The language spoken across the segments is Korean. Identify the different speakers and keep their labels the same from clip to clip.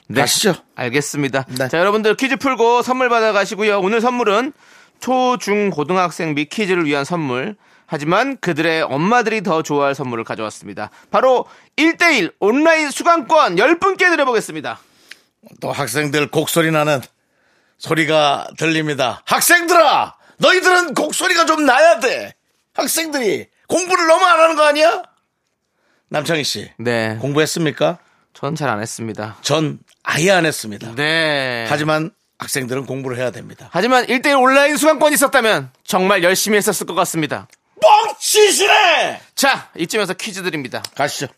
Speaker 1: 네,
Speaker 2: 아시죠?
Speaker 1: 알겠습니다.
Speaker 2: 네.
Speaker 1: 자, 여러분들 퀴즈 풀고 선물 받아 가시고요. 오늘 선물은 초, 중, 고등학생 및 퀴즈를 위한 선물. 하지만 그들의 엄마들이 더 좋아할 선물을 가져왔습니다. 바로 1대1 온라인 수강권 10분께 드려보겠습니다.
Speaker 2: 또 학생들 곡소리 나는 소리가 들립니다. 학생들아, 너희들은 곡소리가 좀 나야 돼. 학생들이 공부를 너무 안 하는 거 아니야? 남창희 씨,
Speaker 1: 네.
Speaker 2: 공부했습니까?
Speaker 1: 전 잘 안 했습니다.
Speaker 2: 전 아예 안 했습니다.
Speaker 1: 네.
Speaker 2: 하지만 학생들은 공부를 해야 됩니다.
Speaker 1: 하지만 1대1 온라인 수강권이 있었다면 정말 열심히 했었을 것 같습니다.
Speaker 2: 뻥치시네!
Speaker 1: 자, 이쯤에서 퀴즈 드립니다.
Speaker 2: 가시죠.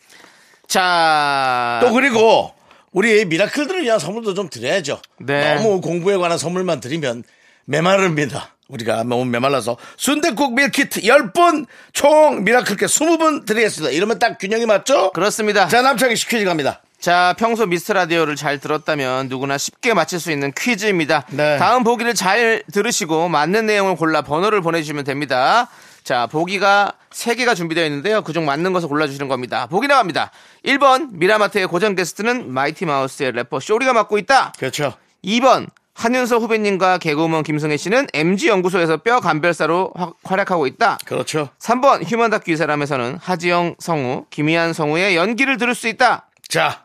Speaker 1: 자.
Speaker 2: 또 그리고 우리 미라클들을 위한 선물도 좀 드려야죠.
Speaker 1: 네.
Speaker 2: 너무 공부에 관한 선물만 드리면 메마릅니다. 우리가 너무 메말라서 순댓국 밀키트 10분 총 미라클께 20분 드리겠습니다. 이러면 딱 균형이 맞죠?
Speaker 1: 그렇습니다.
Speaker 2: 자 남창희 씨 퀴즈 갑니다.
Speaker 1: 자, 평소 미스트 라디오를 잘 들었다면 누구나 쉽게 맞힐 수 있는 퀴즈입니다.
Speaker 2: 네.
Speaker 1: 다음 보기를 잘 들으시고 맞는 내용을 골라 번호를 보내주시면 됩니다. 자, 보기가 3개가 준비되어 있는데요. 그중 맞는 것을 골라주시는 겁니다. 보기 나갑니다. 1번, 미라마트의 고정 게스트는 마이티 마우스의 래퍼 쇼리가 맡고 있다.
Speaker 2: 그렇죠.
Speaker 1: 2번 한윤서 후배님과 개그우먼 김성애 씨는 MG 연구소에서 뼈 간별사로 화- 활약하고 있다.
Speaker 2: 그렇죠.
Speaker 1: 3번 휴먼 다큐 이 사람에서는 하지영 성우, 김희한 성우의 연기를 들을 수 있다.
Speaker 2: 자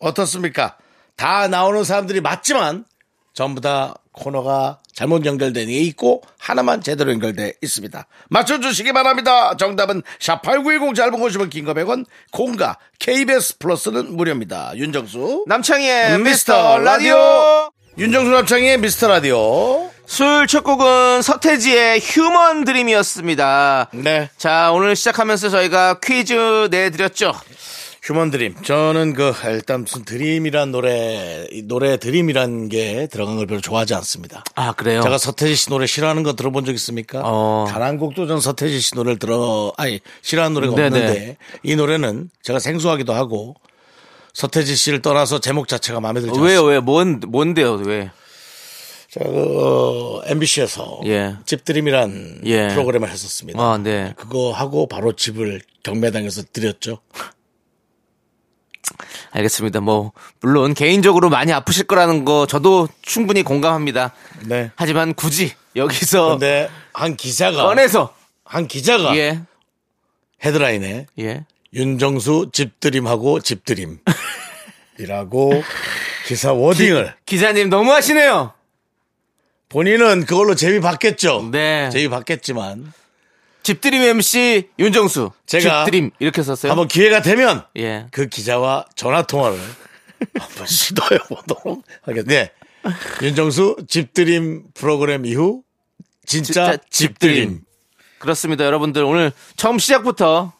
Speaker 2: 어떻습니까? 다 나오는 사람들이 맞지만 전부 다 코너가 잘못 연결된 게 있고 하나만 제대로 연결돼 있습니다. 맞춰주시기 바랍니다. 정답은 샵8910 짧은 곳이면 긴거 100원 공과 KBS 플러스는 무료입니다. 윤정수
Speaker 1: 남창희의 네, 미스터 라디오.
Speaker 2: 윤정수 남창의 미스터 라디오
Speaker 1: 술 첫 곡은 서태지의 휴먼 드림이었습니다.
Speaker 2: 네
Speaker 1: 자, 오늘 시작하면서 저희가 퀴즈 내드렸죠.
Speaker 2: 휴먼 드림 저는 그 일단 무슨 드림이란 노래 이 노래 드림이란 게 들어간 걸 별로 좋아하지 않습니다.
Speaker 1: 아, 그래요?
Speaker 2: 제가 서태지 씨 노래 싫어하는 거 들어본 적 있습니까?
Speaker 1: 어.
Speaker 2: 단 한 곡도 전 서태지 씨 노래를 들어, 아니, 싫어하는 노래가
Speaker 1: 네네.
Speaker 2: 없는데 이 노래는 제가 생소하기도 하고 서태지 씨를 떠나서 제목 자체가 마음에 들지 않습니다.
Speaker 1: 왜요, 왜? 뭔, 뭔데요, 왜?
Speaker 2: 제가 그, 어, MBC에서
Speaker 1: 예.
Speaker 2: 집드림이란
Speaker 1: 예.
Speaker 2: 프로그램을 했었습니다.
Speaker 1: 아, 네.
Speaker 2: 그거 하고 바로 집을 경매당에서 드렸죠.
Speaker 1: 알겠습니다. 뭐 물론 개인적으로 많이 아프실 거라는 거 저도 충분히 공감합니다.
Speaker 2: 네.
Speaker 1: 하지만 굳이 여기서
Speaker 2: 근데 아. 한 기자가
Speaker 1: 꺼내서
Speaker 2: 한 기자가
Speaker 1: 예.
Speaker 2: 헤드라인에
Speaker 1: 예.
Speaker 2: 윤정수 집드림하고 집드림이라고 기사 워딩을
Speaker 1: 기자님 너무 하시네요.
Speaker 2: 본인은 그걸로 제비 받겠죠.
Speaker 1: 네.
Speaker 2: 제비 받겠지만
Speaker 1: 집드림 MC 윤정수.
Speaker 2: 제가
Speaker 1: 집드림 이렇게 썼어요.
Speaker 2: 한번 기회가 되면
Speaker 1: 예.
Speaker 2: 그 기자와 전화 통화를 한번 시도해 보도록 하겠습니다. 네. 윤정수 집드림 프로그램 이후 진짜,
Speaker 1: 진짜
Speaker 2: 집드림.
Speaker 1: 그렇습니다. 여러분들 오늘 처음 시작부터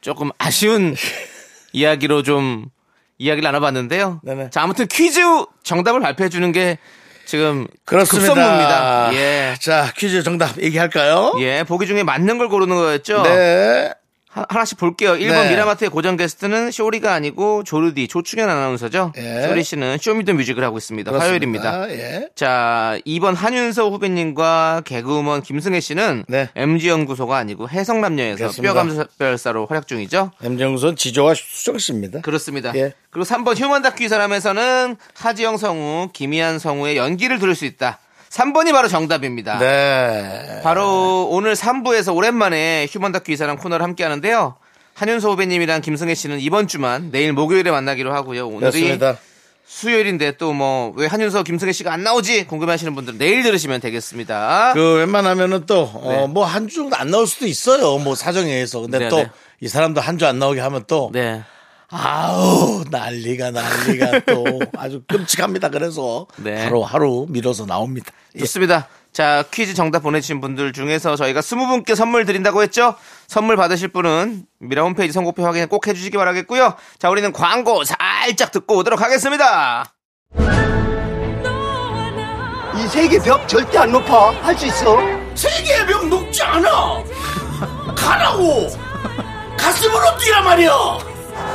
Speaker 1: 조금 아쉬운 이야기로 좀 이야기를 나눠봤는데요.
Speaker 2: 네네.
Speaker 1: 자 아무튼 퀴즈 정답을 발표해 주는 게 지금
Speaker 2: 그렇습니다.
Speaker 1: 급선무입니다. 예.
Speaker 2: 자 퀴즈 정답 얘기할까요?
Speaker 1: 예, 보기 중에 맞는 걸 고르는 거였죠?
Speaker 2: 아. 네.
Speaker 1: 하, 하나씩 볼게요. 1번
Speaker 2: 네.
Speaker 1: 미라마트의 고정 게스트는 쇼리가 아니고 조르디, 조충현 아나운서죠?
Speaker 2: 예.
Speaker 1: 쇼리 씨는 쇼미더 뮤직을 하고 있습니다. 화요일입니다.
Speaker 2: 예.
Speaker 1: 자, 2번 한윤서 후배님과 개그우먼 김승혜 씨는
Speaker 2: 네.
Speaker 1: MG연구소가 아니고 해성남녀에서
Speaker 2: 그렇습니다.
Speaker 1: 뼈감별사로 활약 중이죠?
Speaker 2: 엠정선 지조와 수정 씨입니다.
Speaker 1: 그렇습니다.
Speaker 2: 예.
Speaker 1: 그리고 3번 휴먼 다큐 이 사람에서는 하지영 성우, 김희한 성우의 연기를 들을 수 있다. 3번이 바로 정답입니다.
Speaker 2: 네.
Speaker 1: 바로 오늘 3부에서 오랜만에 휴먼 다큐 이사랑 코너를 함께 하는데요. 한윤서 후배님이랑 김승혜 씨는 이번 주만 내일 목요일에 만나기로 하고요. 오늘이
Speaker 2: 그렇습니다.
Speaker 1: 수요일인데 또 뭐 왜 한윤서 김승혜 씨가 안 나오지 궁금해하시는 분들은 내일 들으시면 되겠습니다.
Speaker 2: 그 웬만하면은 또 뭐 한 주 정도 안 나올 수도 있어요. 뭐 사정에 의해서. 근데
Speaker 1: 네,
Speaker 2: 또 이
Speaker 1: 네.
Speaker 2: 사람도 한 주 안 나오게 하면 또
Speaker 1: 네.
Speaker 2: 아우 난리가 난리가 또 아주 끔찍합니다. 그래서
Speaker 1: 네.
Speaker 2: 하루 하루 밀어서 나옵니다. 예.
Speaker 1: 좋습니다. 자, 퀴즈 정답 보내주신 분들 중에서 저희가 스무 분께 선물 드린다고 했죠? 선물 받으실 분은 미라 홈페이지 선곡표 확인 꼭 해주시기 바라겠고요. 자, 우리는 광고 살짝 듣고 오도록 하겠습니다.
Speaker 3: 이 세계 벽 절대 안 높아. 할 수 있어.
Speaker 2: 세계의 병 녹지 않아. 가라고 가슴으로 뛰란 말이야.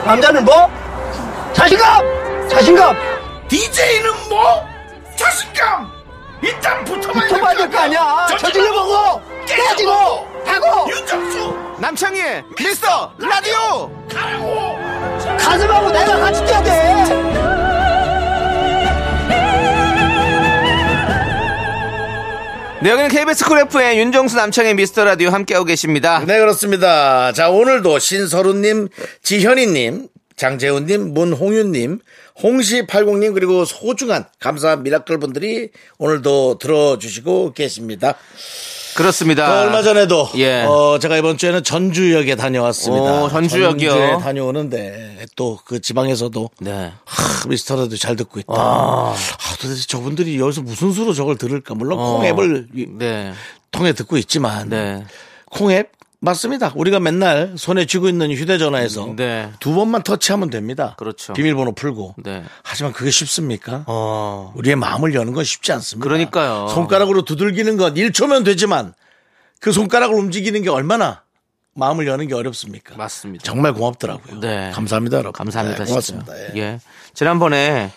Speaker 3: 남자는 뭐? 자신감! 자신감!
Speaker 2: DJ는 뭐 자신감. 일단 붙어봐야
Speaker 3: 붙어봐야 될거 아니야. 저질러 보고! 깨지고! 하고!
Speaker 2: 윤정수
Speaker 1: 남창희의 미스터 라디오!
Speaker 2: 가라고.
Speaker 3: 가슴하고 내가 같이 뛰어야 돼!
Speaker 1: 네, 여기는 KBS 쿨 FM의 윤정수 남창희 미스터 라디오 함께하고 계십니다.
Speaker 2: 네 그렇습니다. 자 오늘도 신서루님, 지현이님, 장재훈님, 문홍윤님, 홍시80님 그리고 소중한 감사한 미라클 분들이 오늘도 들어주시고 계십니다.
Speaker 1: 그렇습니다.
Speaker 2: 어, 얼마 전에도
Speaker 1: 예.
Speaker 2: 어, 제가 이번 주에는 전주역에 다녀왔습니다.
Speaker 1: 오, 전주역이요?
Speaker 2: 전주에 다녀오는데 또 그 지방에서도
Speaker 1: 네.
Speaker 2: 하, 미스터라도 잘 듣고 있다. 아, 도대체 저분들이 여기서 무슨 수로 저걸 들을까? 물론
Speaker 1: 어.
Speaker 2: 콩앱을 이-
Speaker 1: 네.
Speaker 2: 통해 듣고 있지만
Speaker 1: 네.
Speaker 2: 콩앱 맞습니다. 우리가 맨날 손에 쥐고 있는 휴대전화에서
Speaker 1: 네.
Speaker 2: 두 번만 터치하면 됩니다.
Speaker 1: 그렇죠.
Speaker 2: 비밀번호 풀고.
Speaker 1: 네.
Speaker 2: 하지만 그게 쉽습니까?
Speaker 1: 어.
Speaker 2: 우리의 마음을 여는 건 쉽지 않습니다.
Speaker 1: 그러니까요.
Speaker 2: 손가락으로 두들기는 건 1초면 되지만 그 손가락을 움직이는 게 얼마나 마음을 여는 게 어렵습니까?
Speaker 1: 맞습니다.
Speaker 2: 정말 고맙더라고요.
Speaker 1: 네.
Speaker 2: 감사합니다, 여러분. 네,
Speaker 1: 감사합니다. 진짜.
Speaker 2: 고맙습니다. 예.
Speaker 1: 예. 지난번에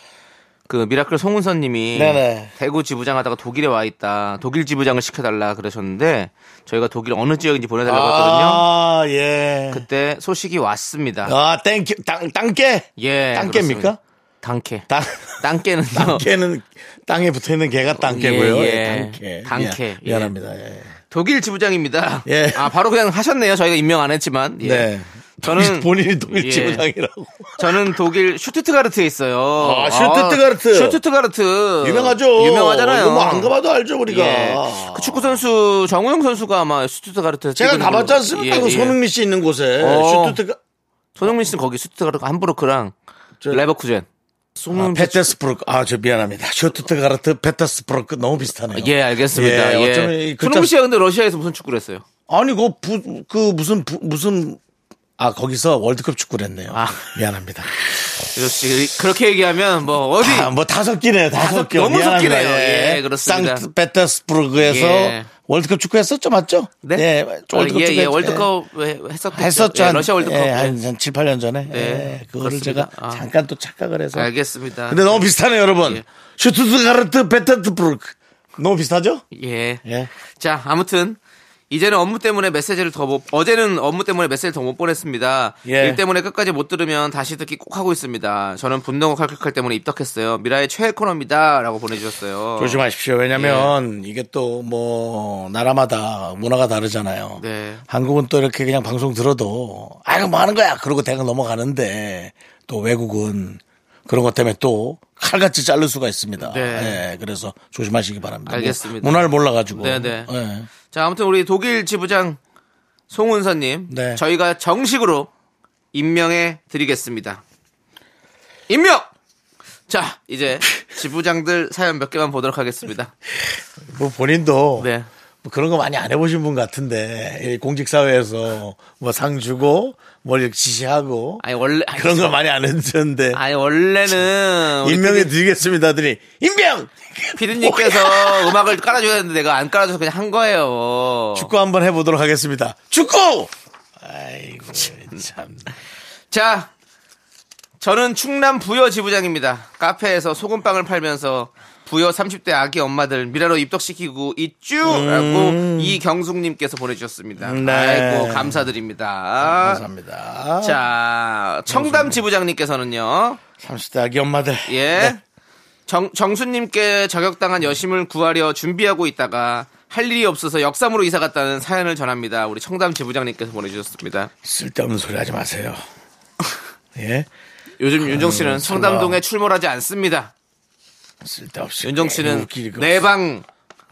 Speaker 1: 그 미라클 송은선 님이
Speaker 2: 네네.
Speaker 1: 대구 지부장 하다가 독일에 와 있다. 독일 지부장을 시켜달라 그러셨는데 저희가 독일 어느 지역인지 보내달라고 했거든요.
Speaker 2: 아, 예.
Speaker 1: 그때 소식이 왔습니다.
Speaker 2: 아, 땡큐. 땅, 땅깨?
Speaker 1: 예.
Speaker 2: 땅깨입니까?
Speaker 1: 그렇습니다. 당캐.
Speaker 2: 땅,
Speaker 1: 땅깨는요.
Speaker 2: 땅깨는 땅에 붙어 있는 개가 땅깨고요.
Speaker 1: 예,
Speaker 2: 예, 땅깨.
Speaker 1: 예. 땅깨.
Speaker 2: 미안-
Speaker 1: 예.
Speaker 2: 미안합니다. 예.
Speaker 1: 독일 지부장입니다.
Speaker 2: 예.
Speaker 1: 아, 바로 그냥 하셨네요. 저희가 임명 안 했지만. 예.
Speaker 2: 네.
Speaker 1: 저는
Speaker 2: 본인이 독일
Speaker 1: 예.
Speaker 2: 지부장이라고.
Speaker 1: 저는 독일 슈투트가르트에 있어요.
Speaker 2: 아, 슈투트가르트.
Speaker 1: 슈투트가르트.
Speaker 2: 유명하죠.
Speaker 1: 어, 유명하잖아요.
Speaker 2: 뭐안 가봐도 알죠 우리가.
Speaker 1: 예. 그 축구 선수 정우영 선수가 아마 슈투트가르트.
Speaker 2: 제가 가봤지 않습니까? 그 손흥민 씨 있는 곳에
Speaker 1: 예, 어.
Speaker 2: 슈투트가
Speaker 1: 손흥민 씨는 거기 슈투트가르트 함부르크랑
Speaker 2: 저-
Speaker 1: 레버쿠젠.
Speaker 2: 아,
Speaker 1: 손흥민 씨-
Speaker 2: 페테스프르크. 아, 저 미안합니다. 슈투트가르트 페테스프르크 너무 비슷하네요.
Speaker 1: 예, 알겠습니다.
Speaker 2: 예,
Speaker 1: 예.
Speaker 2: 어쩌면 이 글자-
Speaker 1: 손흥민 씨가 근데 러시아에서 무슨 축구를 했어요?
Speaker 2: 아니 그, 부, 그 무슨 부- 무슨 아 거기서 월드컵 축구를 했네요.
Speaker 1: 아.
Speaker 2: 미안합니다.
Speaker 1: 역시 그렇게 얘기하면 뭐 어디
Speaker 2: 아, 뭐 다섯 끼네요. 다섯
Speaker 1: 다섯-
Speaker 2: 끼.
Speaker 1: 너무
Speaker 2: 미안합니다.
Speaker 1: 섞이네요. 예, 그렇습니다.
Speaker 2: 상트페테스부르크에서
Speaker 1: 예.
Speaker 2: 월드컵 축구했었죠, 맞죠?
Speaker 1: 네?
Speaker 2: 예,
Speaker 1: 아,
Speaker 2: 월드컵
Speaker 1: 예,
Speaker 2: 축구
Speaker 1: 예, 월드컵 왜- 했었죠.
Speaker 2: 했었죠.
Speaker 1: 예,
Speaker 2: 한-
Speaker 1: 러시아 월드컵.
Speaker 2: 예,
Speaker 1: 예.
Speaker 2: 한, 한 7, 8년 전에.
Speaker 1: 네,
Speaker 2: 예, 그거를
Speaker 1: 그렇습니다.
Speaker 2: 제가
Speaker 1: 아.
Speaker 2: 잠깐 또 착각을 해서.
Speaker 1: 알겠습니다.
Speaker 2: 근데 너무 비슷하네요, 여러분.
Speaker 1: 예.
Speaker 2: 슈투트가르트 베테트프루크. 너무 비슷하죠?
Speaker 1: 예.
Speaker 2: 예.
Speaker 1: 자, 아무튼 이제는 업무 때문에 메시지를 더 못 어제는 업무 때문에 메시지를 더 못 보냈습니다.
Speaker 2: 예.
Speaker 1: 일 때문에 끝까지 못 들으면 다시 듣기 꼭 하고 있습니다. 저는 분노가 칼칼칼 때문에 입덕했어요. 미라의 최애 코너입니다라고 보내 주셨어요. 예.
Speaker 2: 조심하십시오. 왜냐면 이게 또 뭐 나라마다 문화가 다르잖아요.
Speaker 1: 네.
Speaker 2: 한국은 또 이렇게 그냥 방송 들어도 아 이거 뭐 하는 거야 그러고 대강 넘어가는데 또 외국은 그런 것 때문에 또 칼같이 자를 수가 있습니다.
Speaker 1: 네.
Speaker 2: 예, 그래서 조심하시기 바랍니다.
Speaker 1: 알겠습니다.
Speaker 2: 뭐 문화를 몰라가지고.
Speaker 1: 네, 네.
Speaker 2: 예.
Speaker 1: 자, 아무튼 우리 독일 지부장 송은선 님.
Speaker 2: 네.
Speaker 1: 저희가 정식으로 임명해 드리겠습니다. 임명! 자, 이제 지부장들 사연 몇 개만 보도록 하겠습니다.
Speaker 2: 뭐 본인도
Speaker 1: 네.
Speaker 2: 뭐 그런 거 많이 안 해보신 분 같은데 이 공직사회에서 뭐 상 주고 뭘 이렇게 지시하고
Speaker 1: 아니 원래 아니,
Speaker 2: 그런 거 많이 안 했는데
Speaker 1: 아니 원래는 우리
Speaker 2: 임명해 드리겠습니다더니 임명
Speaker 1: 피디님께서 음악을 깔아줘야 되는데 내가 안 깔아줘서 그냥 한 거예요.
Speaker 2: 축구 한번 해보도록 하겠습니다. 축구! 아이고, 참.
Speaker 1: 자, 저는 충남 부여 지부장입니다. 카페에서 소금빵을 팔면서 부여 30대 아기 엄마들 미라로 입덕시키고 있쥬라고 이경숙님께서 보내주셨습니다.
Speaker 2: 네.
Speaker 1: 아이고 음, 감사드립니다.
Speaker 2: 감사합니다.
Speaker 1: 자, 청담 지부장님께서는요.
Speaker 2: 30대 아기 엄마들.
Speaker 1: 예.
Speaker 2: 네.
Speaker 1: 정, 정수님께 저격당한 여심을 구하려 준비하고 있다가 할 일이 없어서 역삼으로 이사 갔다는 사연을 전합니다. 우리 청담 지부장님께서 보내주셨습니다.
Speaker 2: 쓸데없는 소리 하지 마세요. 예.
Speaker 1: 요즘 윤정 씨는 청담동에 출몰하지 않습니다.
Speaker 2: 쓸데없이. 네.
Speaker 1: 윤정 씨는 네
Speaker 2: 웃기니까
Speaker 1: 내방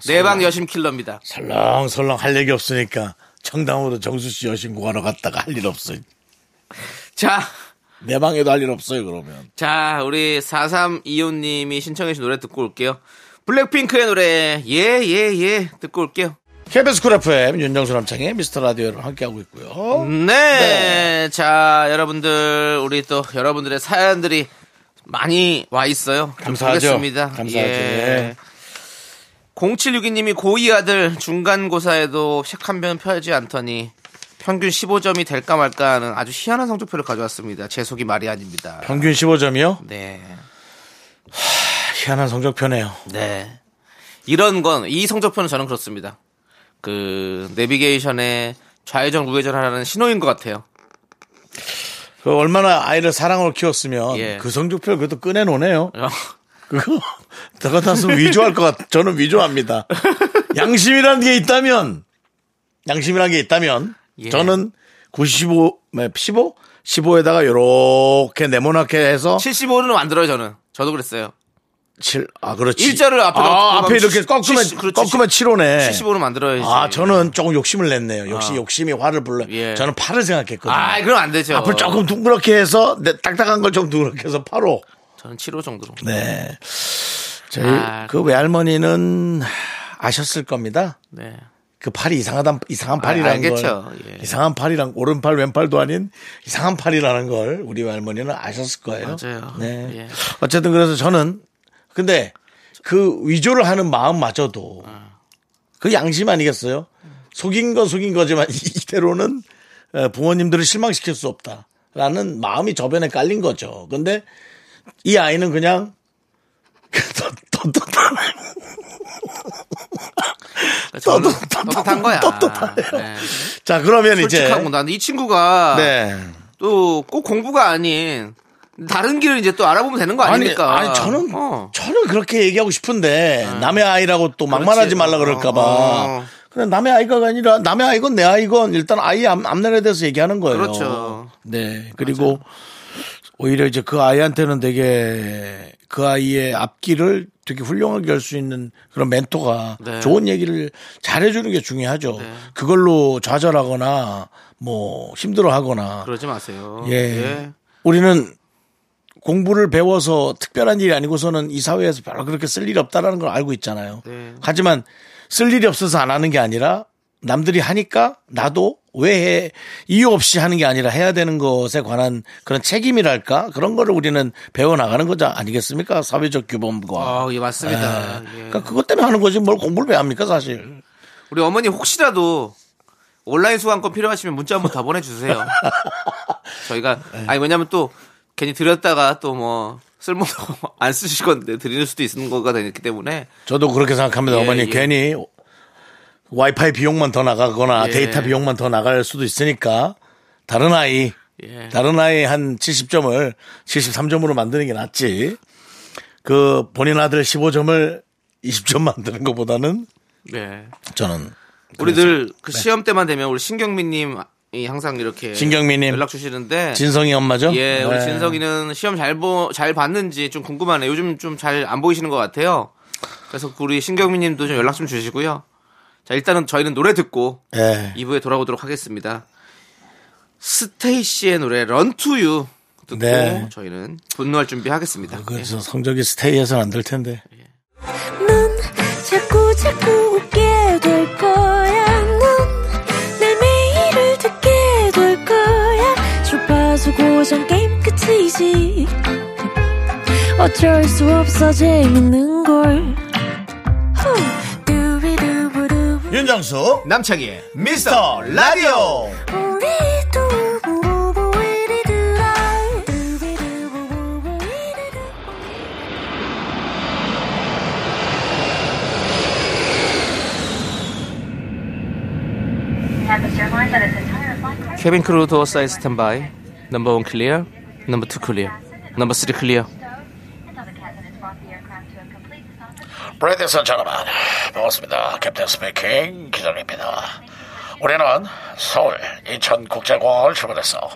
Speaker 1: 내방 여심 킬러입니다.
Speaker 2: 설렁설렁 할 얘기 없으니까 청담으로 정수 씨 여신 구하러 갔다가 할 일 없어.
Speaker 1: 자,
Speaker 2: 내 방에도 할 일 없어요 그러면.
Speaker 1: 자 우리 4325님이 신청해 주신 노래 듣고 올게요. 블랙핑크의 노래 예예예 듣고 올게요.
Speaker 2: KBS 쿨 FM 윤정수 남창의 미스터 라디오를 함께하고 있고요.
Speaker 1: 네. 자, 여러분들, 우리 또 여러분들의 사연들이 많이 와 있어요. 좀
Speaker 2: 감사하죠.
Speaker 1: 보겠습니다.
Speaker 2: 감사하죠. 예.
Speaker 1: 0762님이 고2 아들 중간고사에도 책 한 편 펴지 않더니 평균 15점이 될까 말까 하는 아주 희한한 성적표를 가져왔습니다. 제 속이 말이 아닙니다.
Speaker 2: 평균 15점이요?
Speaker 1: 네.
Speaker 2: 희한한 성적표네요.
Speaker 1: 네. 이런 건, 이 성적표는 저는 그렇습니다. 그, 내비게이션에 좌회전, 우회전 하라는 신호인 것 같아요.
Speaker 2: 그 얼마나 아이를 사랑으로 키웠으면
Speaker 1: 예.
Speaker 2: 그 성적표를 그래도 꺼내놓네요. 그거 다가 났으면 위조할 것 같아. 저는 위조합니다. 양심이라는 게 있다면 양심이라는 게 있다면
Speaker 1: 예.
Speaker 2: 저는 95, 네, 15? 15에다가 요렇게 네모나게 해서
Speaker 1: 75는 만들어요, 저는. 저도 그랬어요.
Speaker 2: 7, 아 그렇지.
Speaker 1: 일자를 앞에
Speaker 2: 아,
Speaker 1: 넣고
Speaker 2: 앞에 이렇게
Speaker 1: 칠십-
Speaker 2: 꺾으면
Speaker 1: 칠십- 그렇지.
Speaker 2: 꺾으면 7호네.
Speaker 1: 75로 만들어야지.
Speaker 2: 아, 저는 조금 욕심을 냈네요. 역시
Speaker 1: 아.
Speaker 2: 욕심이 화를 불러.
Speaker 1: 예.
Speaker 2: 저는 팔을 생각했거든요.
Speaker 1: 아, 그럼 안 되죠.
Speaker 2: 앞을 조금 둥그렇게 해서 네, 딱딱한 걸 좀 둥그렇게 해서 8호.
Speaker 1: 저는 7호 정도로.
Speaker 2: 네. 저희
Speaker 1: 아.
Speaker 2: 그 외할머니는 아셨을 겁니다.
Speaker 1: 네.
Speaker 2: 그 팔이 이상하다 이상한 팔이라는
Speaker 1: 알겠죠.
Speaker 2: 걸
Speaker 1: 예.
Speaker 2: 이상한 팔이랑 오른팔 왼팔도 아닌 이상한 팔이라는 걸 우리 할머니는 아셨을 거예요.
Speaker 1: 맞아요.
Speaker 2: 네.
Speaker 1: 예.
Speaker 2: 어쨌든 그래서 저는 근데 그 위조를 하는 마음마저도 그 양심 아니겠어요? 속인 건 속인 거지만 이대로는 어, 부모님들을 실망시킬 수 없다라는 마음이 저변에 깔린 거죠. 근데 이 아이는 그냥 떳떳한
Speaker 1: 그러니까 저는
Speaker 2: 떳떳하다.
Speaker 1: 떳떳한 거야.
Speaker 2: 떳떳하네요.
Speaker 1: 네.
Speaker 2: 자 그러면 이제
Speaker 1: 솔직하고 난 이 친구가
Speaker 2: 네.
Speaker 1: 또 꼭 공부가 아닌 다른 길을 이제 또 알아보면 되는 거 아닙니까?
Speaker 2: 아니, 아니, 저는
Speaker 1: 어.
Speaker 2: 저는 그렇게 얘기하고 싶은데 남의 아이라고 또 막말하지
Speaker 1: 그렇지.
Speaker 2: 말라 그럴까봐.
Speaker 1: 어.
Speaker 2: 그냥 남의 아이가 아니라 남의 아이건 내 아이건 일단 아이 앞- 앞날에 대해서 얘기하는 거예요.
Speaker 1: 그렇죠.
Speaker 2: 네. 그리고 오히려 이제 그 아이한테는 되게 그 아이의 앞길을 되게 훌륭하게 할 수 있는 그런 멘토가
Speaker 1: 네.
Speaker 2: 좋은 얘기를 잘해주는 게 중요하죠. 그걸로 좌절하거나 뭐 힘들어하거나
Speaker 1: 그러지 마세요.
Speaker 2: 예. 우리는 공부를 배워서 특별한 일이 아니고서는 이 사회에서 별로 그렇게 쓸 일이 없다라는 걸 알고 있잖아요.
Speaker 1: 네.
Speaker 2: 하지만 쓸 일이 없어서 안 하는 게 아니라 남들이 하니까 나도 왜 해? 이유 없이 하는 게 아니라 해야 되는 것에 관한 그런 책임이랄까 그런 거를 우리는 배워 나가는 거지 아니겠습니까? 사회적 규범과.
Speaker 1: 아, 예,
Speaker 2: 예.
Speaker 1: 맞습니다. 예.
Speaker 2: 그러니까 그것 때문에 하는 거지 뭘 공부를 왜 합니까 사실.
Speaker 1: 우리 어머니 혹시라도 온라인 수강권 필요하시면 문자 한번 다 보내주세요. 저희가
Speaker 2: 네.
Speaker 1: 아니 왜냐면 또 괜히 드렸다가 또 뭐 쓸모도 안 쓰실 건데 드리는 수도 있는 거가 되기 때문에
Speaker 2: 저도 그렇게 생각합니다.
Speaker 1: 예,
Speaker 2: 어머니
Speaker 1: 예.
Speaker 2: 괜히 와이파이 비용만 더 나가거나
Speaker 1: 예.
Speaker 2: 데이터 비용만 더 나갈 수도 있으니까 다른 아이
Speaker 1: 예.
Speaker 2: 다른 아이 한 70점을 73점으로 만드는 게 낫지. 그 본인 아들 15점을 20점 만드는 것보다는
Speaker 1: 네.
Speaker 2: 저는
Speaker 1: 우리들 그 시험 때만 되면 우리 신경민님이 항상 이렇게
Speaker 2: 네. 신경민님.
Speaker 1: 연락 주시는데
Speaker 2: 진성이 엄마죠.
Speaker 1: 예 우리
Speaker 2: 네.
Speaker 1: 진석이는 시험 잘 보 잘 봤는지 좀 궁금하네요. 요즘 좀 잘 안 보이시는 것 같아요. 그래서 우리 신경민님도 좀 연락 좀 주시고요. 자 일단은 저희는 노래 듣고
Speaker 2: 예.
Speaker 1: 2부에 돌아오도록 하겠습니다. 스테이시의 노래 런투유 듣고
Speaker 2: 네. 아, 그렇죠.
Speaker 1: 저희는 분노할 준비하겠습니다. 예.
Speaker 2: 그래서 성적이 스테이해서는 안 될 텐데.
Speaker 4: 넌 자꾸 자꾸 웃게 될 거야. 넌내 매일을 듣게 될 거야. 주파수 고정 게임 끝이지. 어쩔 수 없어 재밌는 걸. 후. 두비두부두부.
Speaker 2: 윤정수
Speaker 1: 남창희의
Speaker 2: 미스터 라디오.
Speaker 4: 우리 두부부부 우리 두라. 두비두부부부 우리 두라.
Speaker 1: 예. 케빈 크루 도어 사인 스탠바이 넘버 원 클리어 넘버 투 클리어 넘버 쓰리 클리어
Speaker 2: 브레디슨 전화만 반갑습니다. 캡틴 스피킹 기장입니다. 우리는 서울 인천 국제공항을 출발해서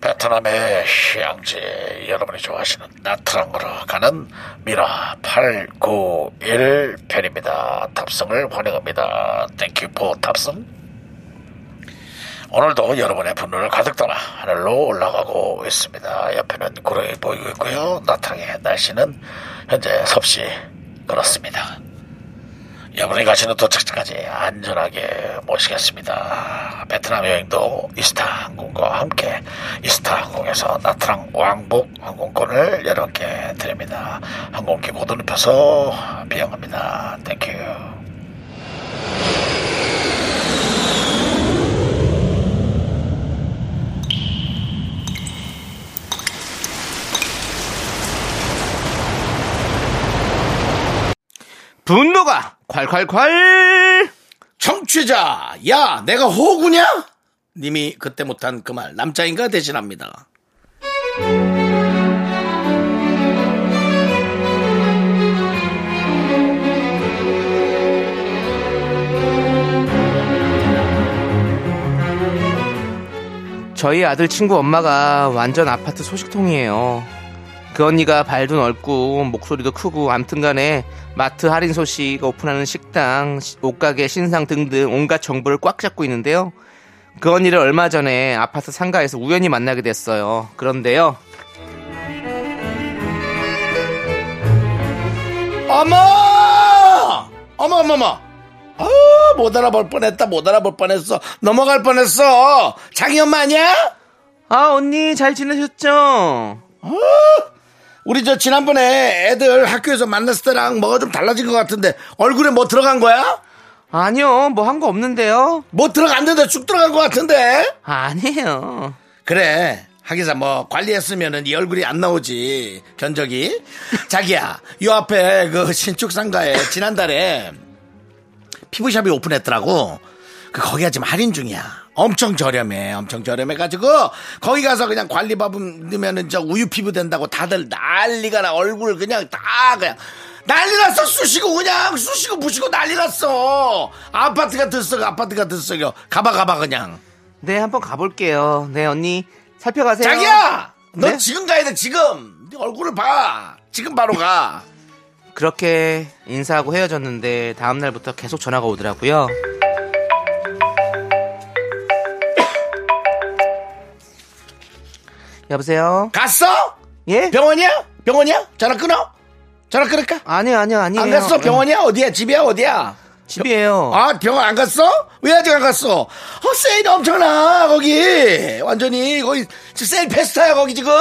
Speaker 2: 베트남의 휴양지 여러분이 좋아하시는 나트랑으로 가는 미라 891 편입니다. 탑승을 환영합니다. 땡큐 포 탑승. 오늘도 여러분의 분노를 가득 담아 하늘로 올라가고 있습니다. 옆에는 구름이 보이고 있고요. 나트랑의 날씨는 현재 섭씨 그렇습니다. 여러분이 가시는 도착지까지 안전하게 모시겠습니다. 베트남 여행도 이스타 항공과 함께 이스타 항공에서 나트랑 왕복 항공권을 여러분께 드립니다. 항공기 모두 눕혀서 비행합니다. 땡큐.
Speaker 1: 분노가 콸콸콸!
Speaker 2: 청취자, 야, 내가 호구냐? 님이 그때 못한 그 말 남자인가 대신합니다.
Speaker 1: 저희 아들 친구 엄마가 완전 아파트 소식통이에요. 그 언니가 발도 넓고 목소리도 크고 암튼간에 마트 할인 소식 오픈하는 식당 시- 옷가게 신상 등등 온갖 정보를 꽉 잡고 있는데요. 그 언니를 얼마 전에 아파트 상가에서 우연히 만나게 됐어요. 그런데요.
Speaker 2: 어머! 어머, 어머, 어머. 아, 못 알아볼 뻔했다, 못 알아볼 뻔했어. 넘어갈 뻔했어. 장희 엄마 아니야?
Speaker 1: 아 언니 잘 지내셨죠?
Speaker 2: 우리 저 지난번에 애들 학교에서 만났을 때랑 뭐가 좀 달라진 것 같은데 얼굴에 뭐 들어간 거야?
Speaker 1: 아니요 뭐 한 거 없는데요.
Speaker 2: 뭐 들어갔는데 쑥 들어간 것 같은데?
Speaker 1: 아니에요.
Speaker 2: 그래. 하기사 뭐 관리했으면은 이 얼굴이 안 나오지 견적이 자기야 요 앞에 그 신축 상가에 지난달에 피부샵이 오픈했더라고 그 거기가 지금 할인 중이야 엄청 저렴해 엄청 저렴해 가지고 거기 가서 그냥 관리 받으면은 저 우유 피부 된다고 다들 난리가 나 얼굴 그냥 다 그냥 난리 났어 쑤시고 그냥 쑤시고 부시고 난리 났어 아파트가 들썩 아파트가 들썩여 가봐 가봐 그냥
Speaker 1: 네 한번 가볼게요. 네 언니 살펴가세요.
Speaker 2: 자기야! 너
Speaker 1: 네?
Speaker 2: 지금 가야 돼, 지금! 네 얼굴을 봐! 지금 바로 가!
Speaker 1: 그렇게 인사하고 헤어졌는데 다음 날부터 계속 전화가 오더라고요. 여보세요?
Speaker 2: 갔어?
Speaker 1: 예?
Speaker 2: 병원이야? 병원이야? 전화 끊어? 전화 끊을까?
Speaker 1: 아니요, 아니요, 아니에요. 예.
Speaker 2: 안 갔어? 병원이야? 어디야? 집이야? 어디야?
Speaker 1: 집이에요.
Speaker 2: 아, 병원 안 갔어? 왜 아직 안 갔어? 어, 세일 엄청나, 거기! 완전히, 거기, 지금 세일 페스타야, 거기 지금!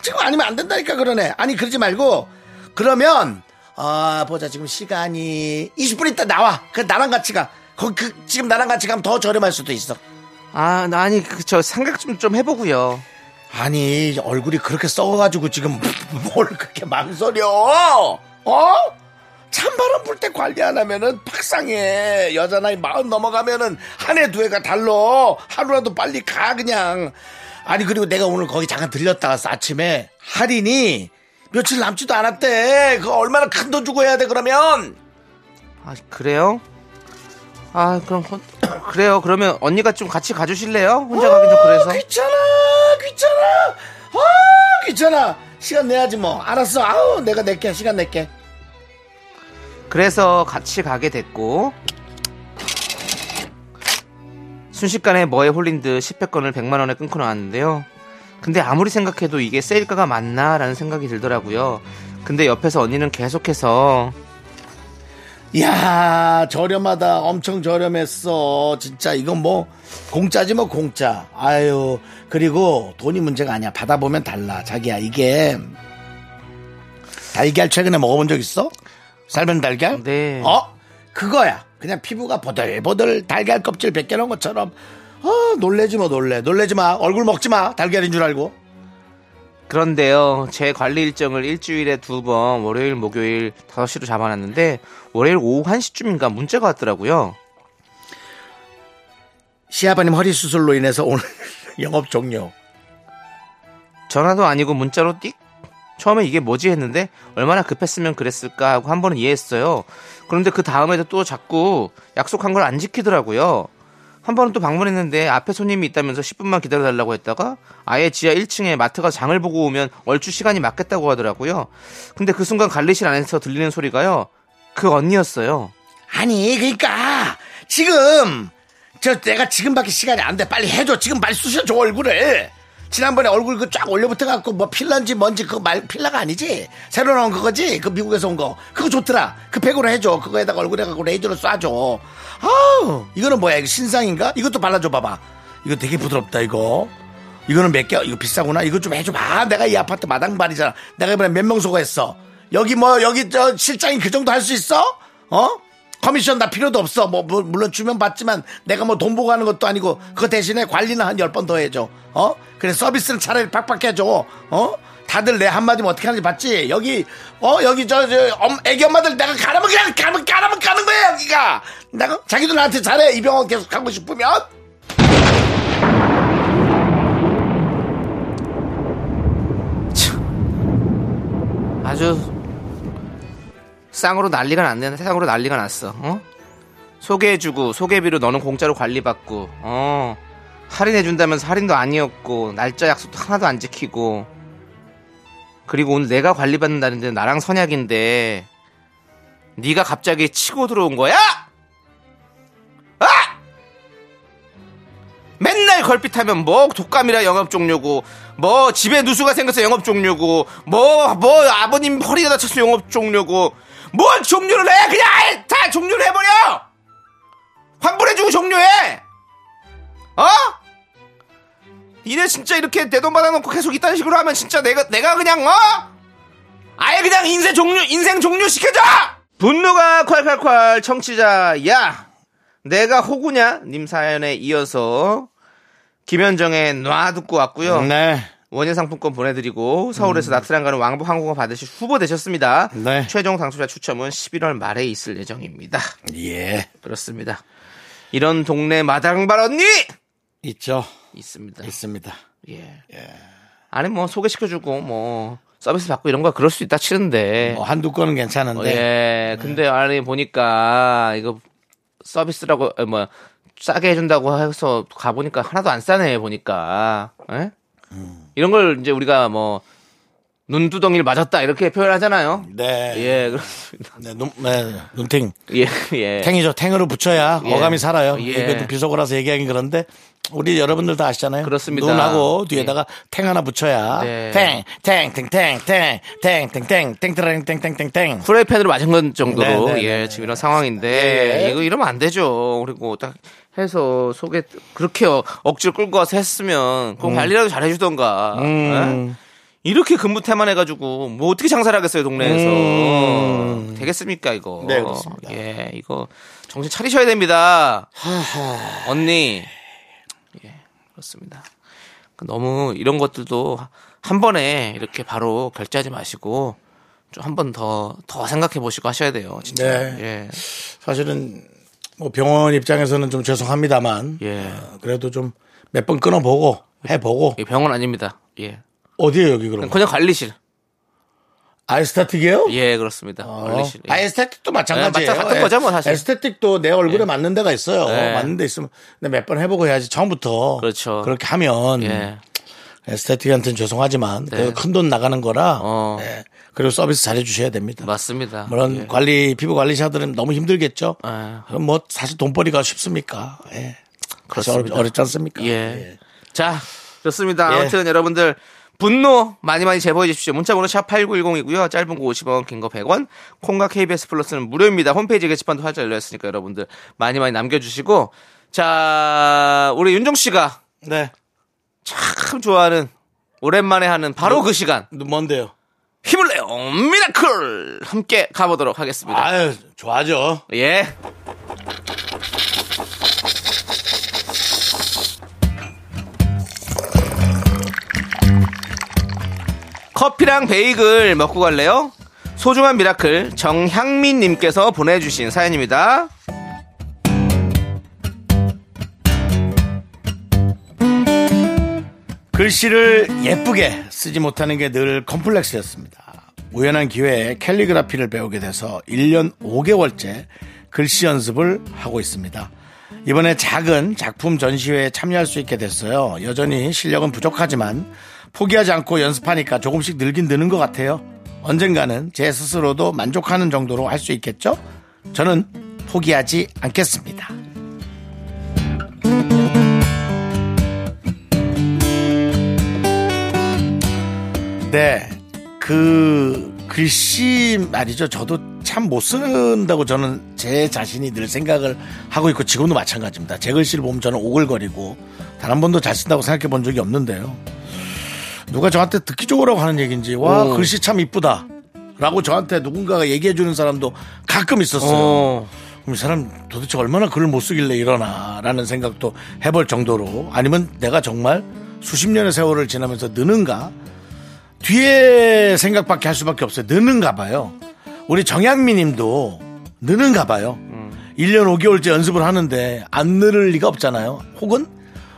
Speaker 2: 지금 아니면 안 된다니까, 그러네. 아니, 그러지 말고, 그러면, 아, 보자, 지금 시간이 20분 있다 나와. 그, 나랑 같이 가. 거기, 그, 지금 나랑 같이 가면 더 저렴할 수도 있어.
Speaker 1: 아, 나 아니, 그, 저 생각 좀, 좀 해보고요.
Speaker 2: 아니 얼굴이 그렇게 썩어가지고 지금 뭘 그렇게 망설여 어? 찬바람 불 때 관리 안 하면은 팍상해 여자 나이 마흔 넘어가면은 한 해 두 해가 달러 하루라도 빨리 가 그냥 아니 그리고 내가 오늘 거기 잠깐 들렸다 왔어 아침에 할인이 며칠 남지도 않았대 그거 얼마나 큰 돈 주고 해야 돼 그러면
Speaker 1: 아, 그래요? 아, 그럼, 혼- 그래요. 그러면 언니가 좀 같이 가주실래요? 혼자 가긴 좀
Speaker 2: 아,
Speaker 1: 그래서.
Speaker 2: 귀찮아, 귀찮아, 아, 귀찮아. 시간 내야지 뭐. 알았어. 아우, 내가 낼게. 시간 낼게.
Speaker 1: 그래서 같이 가게 됐고 순식간에 뭐에 홀린 듯 10회권을 100만원에 끊고 나왔는데요 근데 아무리 생각해도 이게 세일가가 맞나 라는 생각이 들더라고요 근데 옆에서 언니는 계속해서
Speaker 2: 야 저렴하다 엄청 저렴했어 진짜 이건 뭐 공짜지 뭐 공짜 아유 그리고 돈이 문제가 아니야 받아보면 달라 자기야 이게 달걀 최근에 먹어본 적 있어? 삶은 달걀?
Speaker 1: 네.
Speaker 2: 어? 그거야 그냥 피부가 보들보들 달걀 껍질 벗겨놓은 것처럼 어 놀래지 뭐 놀래 놀래지 마 얼굴 먹지 마 달걀인 줄 알고
Speaker 1: 그런데요 제 관리 일정을 일주일에 두 번 월요일 목요일 5시로 잡아놨는데 월요일 오후 1시쯤인가 문자가 왔더라고요
Speaker 2: 시아버님 허리 수술로 인해서 오늘 영업 종료
Speaker 1: 전화도 아니고 문자로 띡 처음에 이게 뭐지 했는데 얼마나 급했으면 그랬을까 하고 한 번은 이해했어요. 그런데 그 다음에도 또 자꾸 약속한 걸 안 지키더라고요. 한 번은 또 방문했는데 앞에 손님이 있다면서 10분만 기다려달라고 했다가 아예 지하 1층에 마트 가 장을 보고 오면 얼추 시간이 맞겠다고 하더라고요. 근데 그 순간 관리실 안에서 들리는 소리가요. 그 언니였어요.
Speaker 2: 아니 그러니까 지금 저 내가 지금밖에 시간이 안 돼 빨리 해줘 지금 말 쑤셔 줘 얼굴을 지난번에 얼굴 그 쫙 올려붙어 갖고 뭐 필란지 뭔지 그거 말 필라가 아니지 새로 나온 그거지 그 미국에서 온 거 그거 좋더라 그 백으로 해줘 그거에다가 얼굴에 갖고 레이저로 쏴줘 아우 이거는 뭐야 이거 신상인가 이것도 발라줘 봐봐 이거 되게 부드럽다 이거 이거는 몇 개, 이거 비싸구나. 이거 좀 해줘. 아, 내가 이 아파트 마당발이잖아. 내가 이번에 몇 명 소거했어. 여기 뭐, 여기 저 실장이 그 정도 할 수 있어? 어? 커미션 나 필요도 없어. 뭐, 뭐, 물론 주면 받지만 내가 뭐 돈 보고 하는 것도 아니고 그거 대신에 관리나 한 열 번 더 해줘. 어? 그래 서비스는 차라리 팍팍 해줘. 어? 다들 내 한마디면 어떻게 하는지 봤지? 여기, 어, 여기 저, 저, 엄, 애기 엄마들 내가 가라면 그냥 가면, 가라면 가는 거야, 여기가! 내가, 자기도 나한테 잘해. 이 병원 계속 가고 싶으면?
Speaker 1: 아주 쌍으로 난리가 났네. 세상으로 난리가 났어. 어? 소개해주고 소개비로 너는 공짜로 관리받고 어 할인해준다면서 할인도 아니었고 날짜 약속도 하나도 안 지키고 그리고 오늘 내가 관리받는다는데 나랑 선약인데 네가 갑자기 치고 들어온 거야? 아! 맨날 걸핏하면 뭐 독감이라 영업 종료고 뭐 집에 누수가 생겨서 영업 종료고 뭐 뭐 아버님 허리가 다쳐서 영업 종료고 뭘 종료를 해 그냥 아예 다 종료를 해버려 환불해주고 종료해 어? 이래 진짜 이렇게 내 돈 받아놓고 계속 이딴 식으로 하면 진짜 내가 내가 그냥 어? 아예 그냥 인생 종료 인생 종료 시켜줘 분노가 콸콸콸 청취자 야 내가 호구냐 님 사연에 이어서 김현정의 놔 듣고 왔고요.
Speaker 2: 네. 음.
Speaker 1: 원예 상품권 보내드리고 서울에서 낙스랑 가는 왕복 항공권 받으실 후보 되셨습니다.
Speaker 2: 네.
Speaker 1: 최종 당첨자 추첨은 11월 말에 있을 예정입니다.
Speaker 2: 예.
Speaker 1: 그렇습니다. 이런 동네 마당발 언니
Speaker 2: 있죠.
Speaker 1: 있습니다.
Speaker 2: 있습니다.
Speaker 1: 예. 아니 뭐 소개시켜주고 뭐 서비스 받고 이런 거 그럴 수 있다 치는데.
Speaker 2: 뭐 한두 건은 괜찮은데.
Speaker 1: 예. 어, 예. 근데 아니 보니까 이거 서비스라고 어, 뭐 싸게 해준다고 해서 가 보니까 하나도 안 싸네 보니까. 예? 이런 걸 이제 우리가 뭐 눈두덩이를 맞았다 이렇게 표현하잖아요.
Speaker 2: 네.
Speaker 1: 예, 그렇습니다.
Speaker 2: 네, 눈, 네, 눈탱.
Speaker 1: 예, 예.
Speaker 2: 탱이죠. 탱으로 붙여야
Speaker 1: 예.
Speaker 2: 어감이 살아요.
Speaker 1: 예.
Speaker 2: 이거 좀 비속어라서 얘기하긴 그런데 우리 여러분들 다 아시잖아요.
Speaker 1: 그렇습니다. 예.
Speaker 2: 눈하고 뒤에다가 탱 하나 붙여야
Speaker 1: 네.
Speaker 2: 탱, 탱, 탱, 탱, 탱, 탱, 탱, 탱, 탱, 탱, 탱, 탱, 탱, 탱.
Speaker 1: 프라이팬으로 맞은 건 정도로
Speaker 2: 음. 네, 네,
Speaker 1: 예
Speaker 2: 네, 예,
Speaker 1: 지금 이런 상황인데 이거 이러면 안 되죠 그리고 딱 해서 속에 그렇게 어- 억지로 끌고 와서 했으면
Speaker 2: 음.
Speaker 1: 그 관리라도 잘 해주던가 예? 이렇게 근무 태만 해가지고 뭐 어떻게 장사를 하겠어요 동네에서 되겠습니까 이거
Speaker 2: 음. 네, 그렇습니다.
Speaker 1: 예 이거 정신 차리셔야 됩니다 언니 예 그렇습니다 너무 이런 것들도 한 번에 이렇게 바로 결제하지 마시고 좀 한 번 더 더 생각해 보시고 하셔야 돼요. 진짜. 예.
Speaker 2: 네. 사실은 뭐 병원 입장에서는 좀 죄송합니다만
Speaker 1: 예. 예.
Speaker 2: 어, 그래도 좀 몇 번 끊어보고 해보고
Speaker 1: 예, 병원 아닙니다. 예.
Speaker 2: 어디에 여기 그럼
Speaker 1: 그냥 관리실.
Speaker 2: 아이스타틱이에요?
Speaker 1: 예, 그렇습니다.
Speaker 2: 어.
Speaker 1: 관리실. 예.
Speaker 2: 아, 에스테틱도 마찬가지예요.
Speaker 1: 네, 맞아, 같은
Speaker 2: 예.
Speaker 1: 거죠, 뭐, 사실.
Speaker 2: 에스테틱도 내 얼굴에 맞는 데가 있어요.
Speaker 1: 예.
Speaker 2: 맞는 데 있으면 몇 번 해보고 해야지 처음부터
Speaker 1: 그렇죠.
Speaker 2: 렇게 하면
Speaker 1: 예. 네.
Speaker 2: 에스테틱한테는 죄송하지만 큰 돈 나가는 거라
Speaker 1: 어.
Speaker 2: 예. 그리고 서비스 잘해 주셔야 됩니다.
Speaker 1: 맞습니다.
Speaker 2: 물론
Speaker 1: 예.
Speaker 2: 관리 피부 관리사들은 너무 힘들겠죠.
Speaker 1: 예.
Speaker 2: 그럼 뭐 사실 돈벌이가 쉽습니까? 예. 사실 어렵,
Speaker 1: 그렇습니다.
Speaker 2: 어렵지 않습니까?
Speaker 1: 예. 자, 좋습니다.
Speaker 2: 예.
Speaker 1: 아무튼 여러분들 분노 많이 많이 제보해 주십시오. 문자번호 샵 8910이고요. 짧은 거 50원, 긴 거 100원. 콩과 KBS 플러스는 무료입니다. 홈페이지 게시판도 활짝 열려 있으니까 여러분들 많이 많이 남겨 주시고 자, 우리 윤종 씨가
Speaker 2: 네.
Speaker 1: 참 좋아하는 오랜만에 하는 바로 그 시간
Speaker 2: 뭔데요?
Speaker 1: 힘을 내요 미라클 함께 가보도록 하겠습니다
Speaker 2: 아유, 좋아죠.
Speaker 1: 예 커피랑 베이글 먹고 갈래요? 소중한 미라클 정향민님께서 보내주신 사연입니다
Speaker 2: 글씨를 예쁘게 쓰지 못하는 게 늘 컴플렉스였습니다. 우연한 기회에 캘리그라피를 배우게 돼서 1년 5개월째 글씨 연습을 하고 있습니다. 이번에 작은 작품 전시회에 참여할 수 있게 됐어요. 여전히 실력은 부족하지만 포기하지 않고 연습하니까 조금씩 늘긴 느는 것 같아요. 언젠가는 제 스스로도 만족하는 정도로 할 수 있겠죠? 저는 포기하지 않겠습니다. 네. 그 글씨 말이죠. 저도 참 못 쓴다고 저는 제 자신이 늘 생각을 하고 있고 지금도 마찬가지입니다. 제 글씨를 보면 저는 오글거리고 단 한 번도 잘 쓴다고 생각해 본 적이 없는데요. 누가 저한테 듣기 좋으라고 하는 얘기인지 와 글씨 참 이쁘다 라고 저한테 누군가가 얘기해 주는 사람도 가끔 있었어요.
Speaker 1: 어.
Speaker 2: 그럼 이 사람 도대체 얼마나 글을 못 쓰길래 이러나라는 생각도 해볼 정도로 아니면 내가 정말 수십 년의 세월을 지나면서 느는가 뒤에 생각밖에 할 수밖에 없어요. 느는가 봐요. 우리 정양미 님도 느는가 봐요. 1년 5개월째 연습을 하는데 안 늘을 리가 없잖아요. 혹은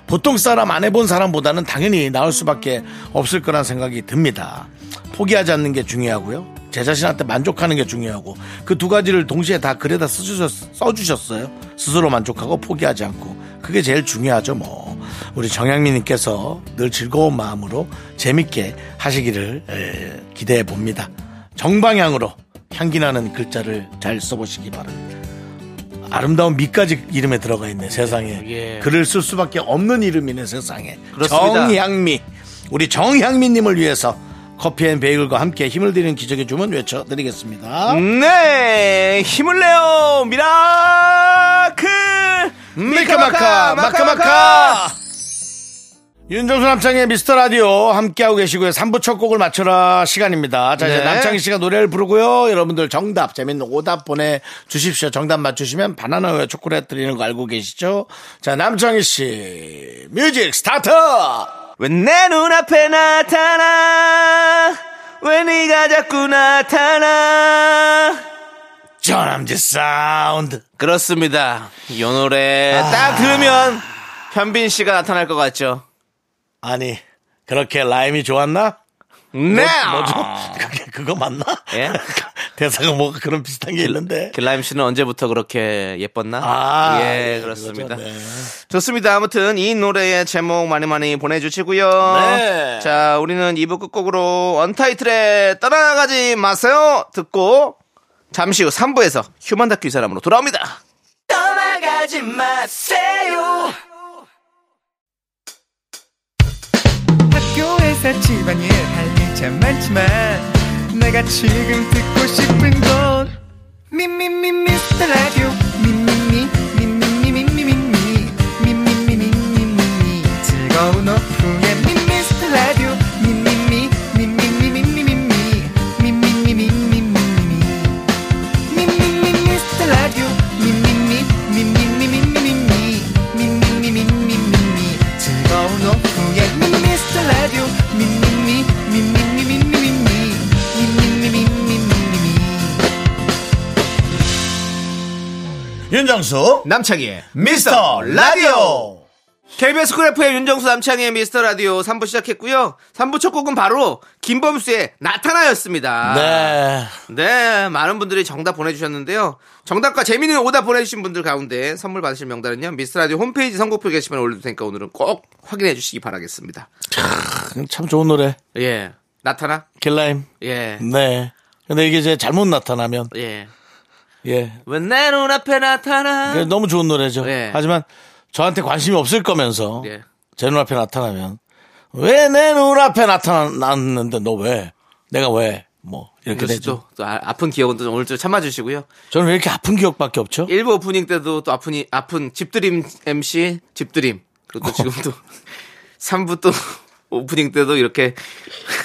Speaker 2: 보통 사람 안 해본 사람보다는 당연히 나을 수밖에 없을 거란 생각이 듭니다. 포기하지 않는 게 중요하고요. 제 자신한테 만족하는 게 중요하고 그 두 가지를 동시에 다 글에다 쓰주셨- 써주셨어요. 스스로 만족하고 포기하지 않고 그게 제일 중요하죠 뭐. 우리 정양미님께서 늘 즐거운 마음으로 재밌게 하시기를 에, 기대해 봅니다. 정방향으로 향기나는 글자를 잘 써보시기 바랍니다. 아름다운 미까지 이름에 들어가 있네 세상에
Speaker 1: 예.
Speaker 2: 글을 쓸 수밖에 없는 이름이네 세상에
Speaker 1: 그렇습니다.
Speaker 2: 정향미 우리 정향미님을 위해서 커피앤베이글과 함께 힘을 드리는 기적의 주문 외쳐드리겠습니다
Speaker 1: 네 힘을 내요 미라클
Speaker 2: 미카마카 마카마카 윤정수 남창의 미스터 라디오 함께하고 계시고요 3부 첫 곡을 맞춰라 시간입니다 자 이제
Speaker 1: 네.
Speaker 2: 남창희 씨가 노래를 부르고요 여러분들 정답 재밌는 오답 보내주십시오 정답 맞추시면 바나나와 초콜릿 드리는 거 알고 계시죠 자 남창희 씨 뮤직 스타트
Speaker 1: 왜 내 눈앞에 나타나 왜 네가 자꾸 나타나
Speaker 2: 전함지 사운드
Speaker 1: 그렇습니다 이 노래
Speaker 2: 아.
Speaker 1: 딱 들으면 현빈 씨가 나타날 것 같죠
Speaker 2: 아니 그렇게 라임이 좋았나?
Speaker 1: 네
Speaker 2: 뭐죠? 그게 그거 맞나?
Speaker 1: 예?
Speaker 2: 대사가 뭐가 그런 비슷한 게 있는데
Speaker 1: 길라임 씨는 언제부터 그렇게 예뻤나?
Speaker 2: 아,
Speaker 1: 예,
Speaker 2: 예,
Speaker 1: 그렇습니다.
Speaker 2: 그거죠. 네.
Speaker 1: 좋습니다. 아무튼 이 노래의 제목 많이 많이 보내주시고요.
Speaker 2: 네.
Speaker 1: 자, 우리는 2부 끝곡으로 원타이틀의 따라가지 마세요 듣고 잠시 후 3부에서 휴먼 다큐 이 사람으로 돌아옵니다.
Speaker 5: 학교에서 집안일 할 일 참 많지만 내가 지금 듣고 싶은 건 미미미 미스터 라디오 미미미 미미미미미미 미미미미미미 즐거운 오후에 미스터 라디오 미미미 미미미미미미 미미미미미미미 미미미 미스터 라디오 미미미 미미미미미미 미미미미미미 즐거운 오후에 미스터 라디오 미미미 미미미미미미 미미미미미미미
Speaker 2: 윤정수
Speaker 1: 남창희의
Speaker 2: 미스터 라디오
Speaker 1: KBS 그래프의 윤정수 남창희의 미스터 라디오 3부 시작했고요. 3부 첫 곡은 바로 김범수의 나타나였습니다.
Speaker 2: 네
Speaker 1: 네, 많은 분들이 정답 보내주셨는데요. 정답과 재미있는 오답 보내주신 분들 가운데 선물 받으실 명단은요. 미스라디오 홈페이지 선곡표 게시판에 올려둘 테니까 오늘은 꼭 확인해 주시기 바라겠습니다.
Speaker 2: 참 좋은 노래
Speaker 1: 예. 나타나?
Speaker 2: 길라임
Speaker 1: 예.
Speaker 2: 네 근데 이게 이제 잘못 나타나면
Speaker 1: 예.
Speaker 2: 예
Speaker 1: 왜 내 눈앞에
Speaker 2: 그게
Speaker 1: 나타나?
Speaker 2: 너무 좋은 노래죠
Speaker 1: 예.
Speaker 2: 하지만 저한테 관심이 없을 거면서
Speaker 1: 예.
Speaker 2: 제 눈앞에 나타나면 왜 내 눈앞에 나타났는데 너 왜 내가 왜 뭐 이렇게
Speaker 1: 그래서
Speaker 2: 되죠
Speaker 1: 또, 또 아- 아픈 기억은 또 오늘 좀 참아주시고요.
Speaker 2: 저는 왜 이렇게 아픈 기억밖에 없죠
Speaker 1: 1부 오프닝 때도 또 아픈, 이- 아픈 집드림 MC, 집드림. 그리고 또 지금 또 3부 또 오프닝 때도 이렇게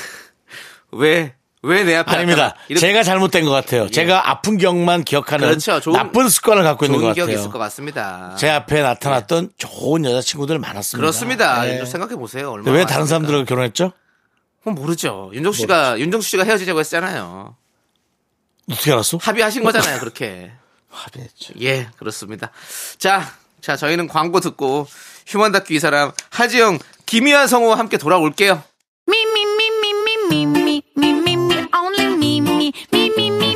Speaker 1: 왜, 왜 내 앞에
Speaker 2: 아닙니다.
Speaker 1: 나타나? 이렇게 예.
Speaker 2: 제가 잘못된 것 같아요. 제가 아픈 기억만 기억하는
Speaker 1: 그렇죠. 좋은-
Speaker 2: 나쁜 습관을 갖고 있는 것
Speaker 1: 좋은
Speaker 2: 같아요.
Speaker 1: 기억이 있을 것 같습니다.
Speaker 2: 제 앞에 나타났던 좋은 여자친구들 많았습니다.
Speaker 1: 그렇습니다.
Speaker 2: 네.
Speaker 1: 윤정 생각해 보세요. 얼마나
Speaker 2: 근데 왜 다른 뭐,
Speaker 1: 많습니까?
Speaker 2: 사람들과 결혼했죠?
Speaker 1: 그건 모르죠. 윤정 씨가 윤정 씨가 헤어지자고 했잖아요.
Speaker 2: 어떻게 알았어?
Speaker 1: 합의하신
Speaker 2: 뭐.
Speaker 1: 거잖아요, 그렇게.
Speaker 2: 합의했죠.
Speaker 1: 예, 그렇습니다. 자, 자 저희는 광고 듣고 휴먼 다큐 이 사람 하지영, 김희아 성우와 함께 돌아올게요.
Speaker 4: Me, me, me, me, me, me, me, me, me, me, only me, me, me, me, me,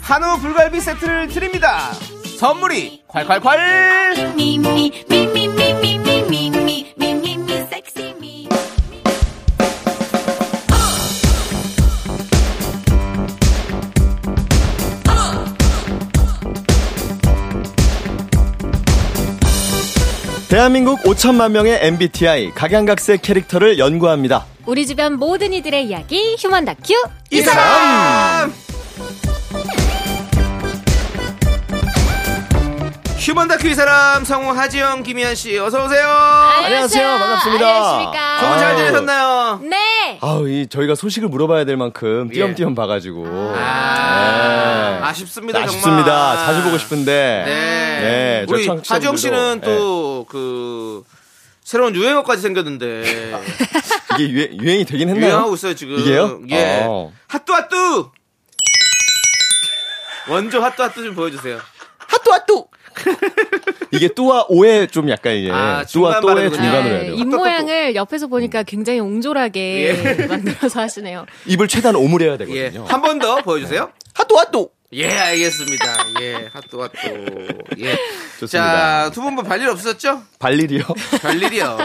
Speaker 1: 한우 불갈비 세트를 드립니다 선물이 콸콸콸
Speaker 4: Me, me, me, me, me, me, me, me, me, me, me, me, sexy me.
Speaker 6: 대한민국 5천만 명의 MBTI 각양각색 캐릭터를 연구합니다.
Speaker 7: 우리 주변 모든 이들의 이야기 휴먼 다큐
Speaker 1: 이 사람 휴먼 다큐 이 사람 성우 하지영 김희연 씨 어서 오세요
Speaker 6: 안녕하세요. 반갑습니다.
Speaker 7: 안녕하십니까
Speaker 1: 너무 잘
Speaker 6: 아유.
Speaker 1: 지내셨나요?
Speaker 7: 네
Speaker 6: 아우, 이 저희가 소식을 물어봐야 될
Speaker 1: 예.
Speaker 6: 만큼 띄엄띄엄 봐가지고.
Speaker 1: 아,
Speaker 6: 네.
Speaker 1: 아쉽습니다 정말
Speaker 6: 아. 아쉽습니다. 자주 보고 싶은데.
Speaker 1: 네.
Speaker 6: 네, 저
Speaker 1: 우리
Speaker 6: 청취자분들도,
Speaker 1: 하지영 씨는
Speaker 6: 네.
Speaker 1: 또 그 새로운 유행어까지 생겼는데
Speaker 6: 이게 유행, 유행이 되긴 했나요?
Speaker 1: 유행하고 있어요 지금.
Speaker 6: 이게요?
Speaker 1: 예.
Speaker 6: 어.
Speaker 1: 핫뚜 핫뚜. 원조 핫뚜 핫뚜 좀 보여주세요.
Speaker 6: 이게 또와 오에 좀 약간 이게
Speaker 1: 아,
Speaker 6: 또와
Speaker 1: 중간
Speaker 6: 또의
Speaker 1: 발음이군요.
Speaker 6: 중간으로 해야 돼요.
Speaker 7: 아, 입 모양을 옆에서 보니까 굉장히 옹졸하게
Speaker 1: 예.
Speaker 7: 만들어서 하시네요.
Speaker 6: 입을 최대한 오므려야
Speaker 1: 예.
Speaker 6: 되거든요.
Speaker 1: 한 번 더 보여주세요.
Speaker 6: 핫도 핫도.
Speaker 1: 예, 알겠습니다. 예, 핫뚜 핫뚜. 예.
Speaker 6: 네, 좋습니다.
Speaker 1: 자, 두 분 뭐 별일 없으셨죠?
Speaker 6: 발일이요?
Speaker 1: 별일이요.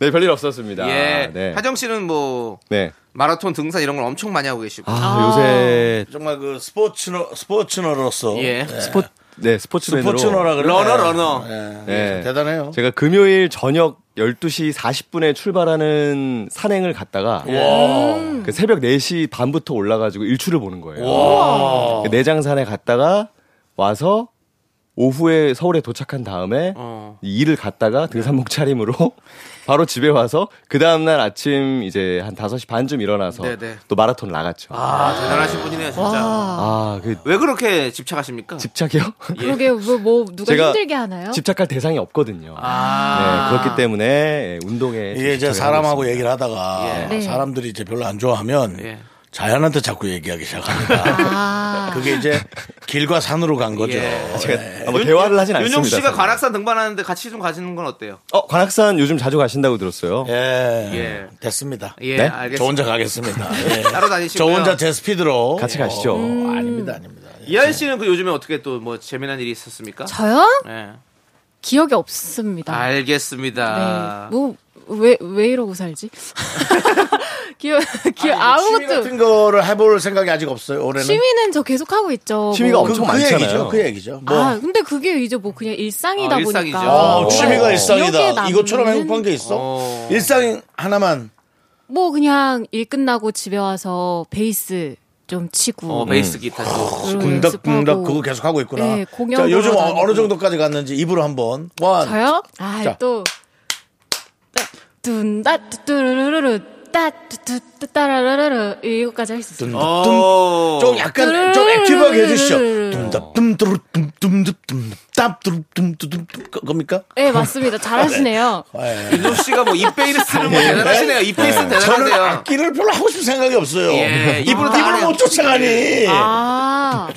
Speaker 6: 네, 별일 없었습니다.
Speaker 1: 예.
Speaker 6: 네.
Speaker 1: 하정 씨는 뭐
Speaker 6: 네.
Speaker 1: 마라톤 등산 이런 걸 엄청 많이 하고 계시고.
Speaker 6: 아, 요새
Speaker 2: 정말 그 스포츠너, 스포츠너로서.
Speaker 1: 예.
Speaker 6: 스포 네, 스포츠맨으로
Speaker 2: 스포츠너라 그래.
Speaker 1: 러너, 러너.
Speaker 2: 예.
Speaker 6: 네.
Speaker 2: 대단해요.
Speaker 6: 제가 금요일 저녁 12시 40분에 출발하는 산행을 갔다가
Speaker 2: 예.
Speaker 1: 음.
Speaker 6: 그 새벽 4시 반부터 올라가지고 일출을 보는 거예요. 그 내장산에 갔다가 와서 오후에 서울에 도착한 다음에
Speaker 1: 어.
Speaker 6: 이 일을 갔다가 등산복 차림으로 바로 집에 와서 그 다음날 아침 이제 한 5시 반쯤 일어나서
Speaker 1: 네네.
Speaker 6: 또 마라톤 나갔죠. 아,
Speaker 1: 아, 대단하신 분이네요, 진짜.
Speaker 6: 그
Speaker 1: 왜 그렇게 집착하십니까?
Speaker 6: 집착이요?
Speaker 7: 그러게 뭐, 뭐 누가 힘들게 하나요?
Speaker 6: 집착할 대상이 없거든요.
Speaker 1: 아.
Speaker 6: 네, 그렇기 때문에 예, 운동에
Speaker 2: 이게 이제
Speaker 6: 집착을 하고
Speaker 2: 사람하고
Speaker 6: 있습니다.
Speaker 2: 얘기를 하다가
Speaker 7: 네.
Speaker 2: 사람들이 이제 별로 안 좋아하면
Speaker 1: 예.
Speaker 2: 자연한테 자꾸 얘기하기 시작합니다.
Speaker 7: 아,
Speaker 2: 그게 이제 길과 산으로 간 거죠.
Speaker 1: 예.
Speaker 6: 제가
Speaker 2: 네.
Speaker 6: 아마 뭐 대화를 하진 않습니다.
Speaker 1: 윤용 씨가
Speaker 6: 사실.
Speaker 1: 관악산 등반하는데 같이 좀 가시는 건 어때요?
Speaker 6: 어, 관악산 요즘 자주 가신다고 들었어요.
Speaker 2: 예.
Speaker 1: 예.
Speaker 2: 됐습니다.
Speaker 1: 예,
Speaker 6: 네?
Speaker 1: 알겠습니다.
Speaker 2: 저 혼자 가겠습니다. 예.
Speaker 1: 따로 다니시고요. 음.
Speaker 2: 저 혼자 제 스피드로
Speaker 6: 같이 가시죠.
Speaker 2: 어, 아닙니다, 아닙니다.
Speaker 1: 이한 씨는 그 요즘에 어떻게 또 뭐 재미난 일이 있었습니까?
Speaker 7: 저요?
Speaker 1: 예.
Speaker 7: 기억이 없습니다.
Speaker 1: 알겠습니다.
Speaker 7: 네. 뭐, 왜, 왜 이러고 살지? 기억, 기억,
Speaker 2: 취미
Speaker 7: 아무것도.
Speaker 2: 같은 거를 해볼 생각이 아직 없어요. 올해는
Speaker 7: 취미는 저 계속 하고 있죠.
Speaker 6: 취미가
Speaker 7: 뭐.
Speaker 6: 엄청
Speaker 2: 그
Speaker 6: 많잖아요.
Speaker 2: 얘기죠. 그 얘기죠. 뭐
Speaker 7: 아, 근데 그게 이제 뭐 그냥 일상이다
Speaker 1: 어,
Speaker 7: 보니까.
Speaker 1: 일상이죠.
Speaker 2: 어,
Speaker 1: 어,
Speaker 2: 취미가
Speaker 7: 기억에
Speaker 2: 일상이다.
Speaker 7: 아, 남는-
Speaker 2: 이것처럼 행복한 게 있어?
Speaker 1: 어.
Speaker 2: 일상 하나만
Speaker 7: 뭐 그냥 일 끝나고 집에 와서 베이스 좀 치고.
Speaker 6: 음.
Speaker 1: 어, 베이스 기타 좀.
Speaker 7: 그런
Speaker 2: 군덕군덕
Speaker 7: 음, 연습하고.
Speaker 2: 그거 계속 하고 있구나.
Speaker 7: 네, 공연
Speaker 2: 자,
Speaker 7: 보러
Speaker 2: 요즘 어,
Speaker 7: 다니고.
Speaker 2: 어느 정도까지 갔는지 입으로 한번. 원.
Speaker 7: 저요? 아,
Speaker 2: 자.
Speaker 7: 또. 뚠다, 뚜뚜루루루, 따, 뚜뚜, 따라라라라. 이거까지 할 수 있어요.
Speaker 1: 어.
Speaker 2: 음, 좀 약간 좀 액티브하게 해주시죠. 둠답 둠드루 둠둠듭 둠답 둠둠둠둠 겁니까? 예.
Speaker 7: 네, 맞습니다. 잘하시네요.
Speaker 1: 윤용 씨가 뭐 입베이스는 뭐 대단하시네요. 입베이스는
Speaker 2: 저는 아, 그
Speaker 1: 대단하세요.
Speaker 2: 악기를 별로 하고 싶은 생각이 없어요.
Speaker 1: 예,
Speaker 2: 입으로
Speaker 1: 입으로
Speaker 2: 입으로 못 쫓아가니.
Speaker 7: 아.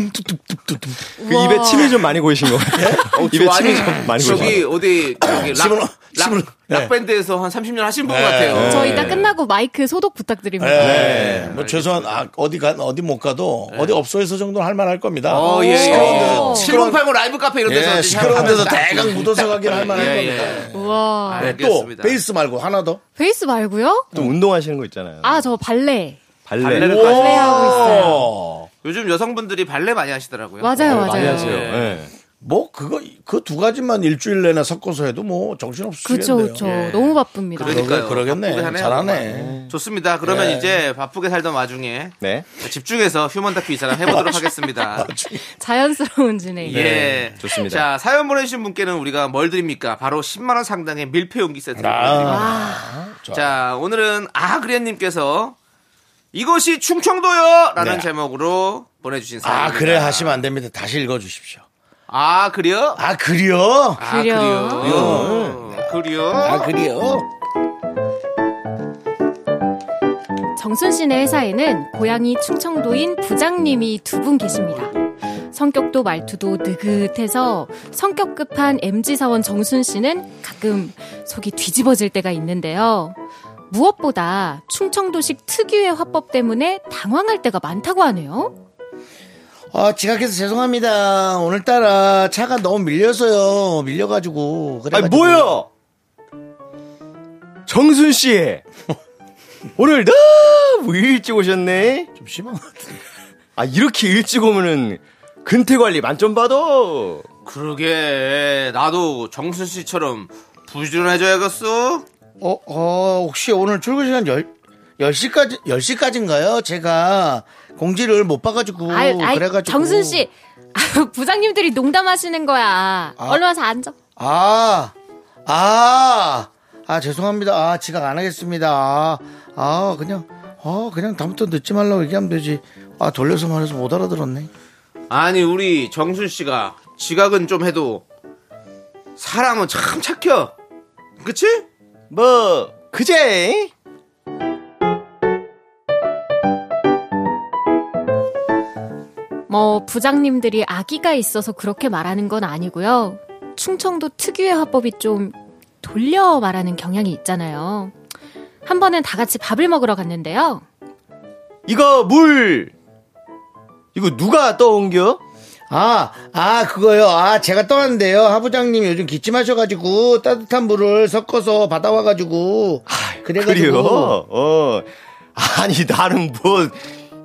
Speaker 6: 그 입에 침이 좀 많이 고이신 것 같아요. 입에 침이 좀 많이
Speaker 1: 뭐 저기
Speaker 6: 고이신 것
Speaker 1: 어디 저기 락,
Speaker 2: 심으로-
Speaker 1: 락,
Speaker 2: 심으로- 네.
Speaker 1: 락밴드에서 한 30년 하신 분 같아요.
Speaker 7: 저
Speaker 2: 예.
Speaker 7: 이따 끝나고 마이크 소독 부탁드립니다.
Speaker 2: 네. 뭐 최소한 아, 어디 가 어디 못 가도 어디 업소에서 정도는 할 만할 겁니다.
Speaker 1: 어, 예.
Speaker 2: 시끄러운 데서
Speaker 1: 7089 라이브 카페 이런 데서
Speaker 2: 예,
Speaker 1: 이제
Speaker 2: 시끄러운 데서
Speaker 1: 하면서
Speaker 2: 대강 묻어서 가긴 할 만할
Speaker 1: 예,
Speaker 2: 겁니다. 네,
Speaker 1: 예.
Speaker 7: 우와.
Speaker 2: 또
Speaker 1: 알겠습니다.
Speaker 2: 베이스 말고 하나 더.
Speaker 7: 베이스 말고요?
Speaker 6: 또 운동하시는 거 있잖아요.
Speaker 7: 아, 저 발레.
Speaker 6: 발레.
Speaker 2: 네,
Speaker 1: 발레를 까지
Speaker 7: 발레 하고 있어요.
Speaker 2: 어.
Speaker 1: 요즘 여성분들이 발레 많이 하시더라고요.
Speaker 7: 맞아요,
Speaker 6: 많이
Speaker 7: 맞아요.
Speaker 6: 하세요.
Speaker 1: 네.
Speaker 6: 예.
Speaker 2: 뭐 그거 그 두 가지만 일주일 내내 섞어서 해도 뭐 정신
Speaker 7: 그렇죠,
Speaker 2: 없으시겠네요.
Speaker 7: 그렇죠. 너무 바쁩니다.
Speaker 2: 예. 그러니까.
Speaker 1: 그러니까요.
Speaker 2: 그러겠네.
Speaker 1: 바쁘게 사네요,
Speaker 2: 잘하네.
Speaker 1: 정말. 좋습니다. 그러면
Speaker 2: 예.
Speaker 1: 이제 바쁘게 살던 와중에
Speaker 6: 네.
Speaker 1: 집중해서 휴먼 다큐 이 사람 해보도록 하겠습니다.
Speaker 7: 자연스러운 진행.
Speaker 1: 예.
Speaker 6: 좋습니다.
Speaker 1: 자, 사연 보내주신 분께는 우리가 뭘 드립니까? 바로 10만원 상당의 밀폐용기 세트를 드립니다.
Speaker 2: 아,
Speaker 1: 자, 오늘은 아그레님께서 이것이 충청도요! 라는
Speaker 2: 네.
Speaker 1: 제목으로 보내주신 사연.
Speaker 2: 아 그래 하시면 안 됩니다. 다시 읽어주십시오.
Speaker 1: 아, 그래요?
Speaker 2: 아 그래요?
Speaker 1: 아, 그래요? 그래요?
Speaker 2: 아 그래요?
Speaker 7: 정순 씨네 회사에는 고향이 충청도인 부장님이 두 분 계십니다. 성격도 말투도 느긋해서 성격 급한 MG 사원 정순 씨는 가끔 속이 뒤집어질 때가 있는데요. 무엇보다 충청도식 특유의 화법 때문에 당황할 때가 많다고 하네요.
Speaker 2: 아 지각해서 죄송합니다. 오늘따라 차가 너무 밀려서요. 밀려가지고.
Speaker 6: 아니
Speaker 2: 그래가지고.
Speaker 6: 뭐야? 정순 씨 오늘 너무 일찍 오셨네.
Speaker 2: 좀 심한 것 같아.
Speaker 6: 아 이렇게 일찍 오면은 근태 관리 만점 받아.
Speaker 1: 그러게. 나도 정순 씨처럼 부지런해져야겠어?
Speaker 2: 어, 어, 혹시 오늘 출근 시간 열 10시까지, 10시까지인가요? 제가 공지를 못 봐가지고.
Speaker 7: 아유, 아유,
Speaker 2: 그래가지고.
Speaker 7: 정순 씨. 아유, 부장님들이 농담하시는 거야. 얼른 와서 앉아.
Speaker 2: 아, 아, 아, 죄송합니다. 아, 지각 안 하겠습니다. 아, 아, 그냥, 아, 그냥 다음부터 늦지 말라고 얘기하면 되지. 아, 돌려서 말해서 못 알아들었네.
Speaker 1: 아니 우리 정순 씨가 지각은 좀 해도 사람은 참 착해. 그치?
Speaker 6: 뭐 그제?
Speaker 7: 뭐 부장님들이 아기가 있어서 그렇게 말하는 건 아니고요. 충청도 특유의 화법이 좀 돌려 말하는 경향이 있잖아요. 한 번은 다 같이 밥을 먹으러 갔는데요.
Speaker 6: 이거 물 이거 누가 떠온겨?
Speaker 2: 아, 아, 그거요. 아, 제가 떠났는데요. 하부장님 요즘 기침하셔가지고 따뜻한 물을 섞어서 받아와가지고. 뭐.
Speaker 6: 그래요?
Speaker 2: 그래가지고.
Speaker 6: 어 아니 나는 뭐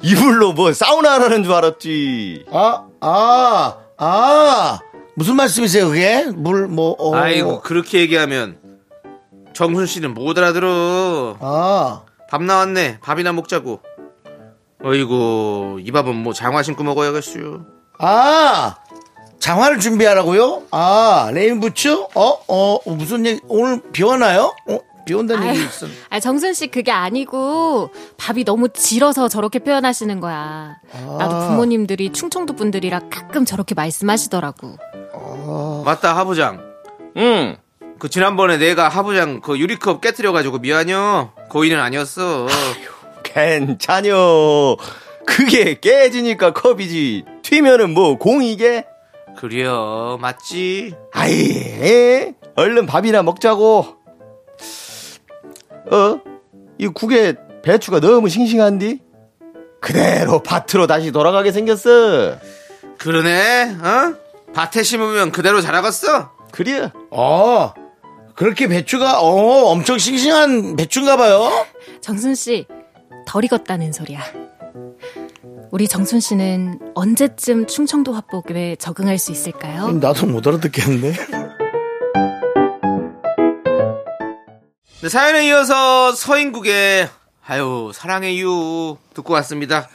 Speaker 6: 이불로 뭐 사우나라는 줄 알았지.
Speaker 2: 아, 아, 아. 무슨 말씀이세요, 그게? 물, 뭐, 어.
Speaker 1: 아이고 그렇게 얘기하면 정순 씨는 못 알아들어.
Speaker 2: 아.
Speaker 1: 밥 나왔네. 밥이나 먹자고. 어이구 이 밥은 뭐 장화 신고 먹어야겠어요.
Speaker 2: 아 장화를 준비하라고요? 아 레인부츠? 어어 무슨 얘기? 오늘 비 오나요? 어비 온다는 얘기 있어.
Speaker 7: 아, 정순 씨 그게 아니고 밥이 너무 질어서 저렇게 표현하시는 거야.
Speaker 1: 아.
Speaker 7: 나도 부모님들이 충청도 분들이라 가끔 저렇게 말씀하시더라고.
Speaker 1: 맞다 하부장.
Speaker 6: 어. 응.
Speaker 1: 그 지난번에 내가 하부장 그 유리컵 깨뜨려가지고 미안해요. 거인은 아니었어.
Speaker 6: 괜찮요. 그게 깨지니까 컵이지. 튀면은 뭐 공이게.
Speaker 1: 그래요 맞지?
Speaker 6: 아이, 에? 얼른 밥이나 먹자고. 어? 이 국에 배추가 너무 싱싱한디? 그대로 밭으로 다시 돌아가게 생겼어.
Speaker 1: 그러네. 어? 밭에 심으면 그대로 자라갔어.
Speaker 6: 그래.
Speaker 2: 어 그렇게 배추가 어 엄청 싱싱한 배추인가봐요.
Speaker 7: 정순 씨, 덜 익었다는 소리야. 우리 정순 씨는 언제쯤 충청도 화법에 적응할 수 있을까요?
Speaker 1: 음.
Speaker 2: 나도 못 알아듣겠는데.
Speaker 1: 네, 사연에 이어서 서인국의 아유 사랑해요 듣고 왔습니다.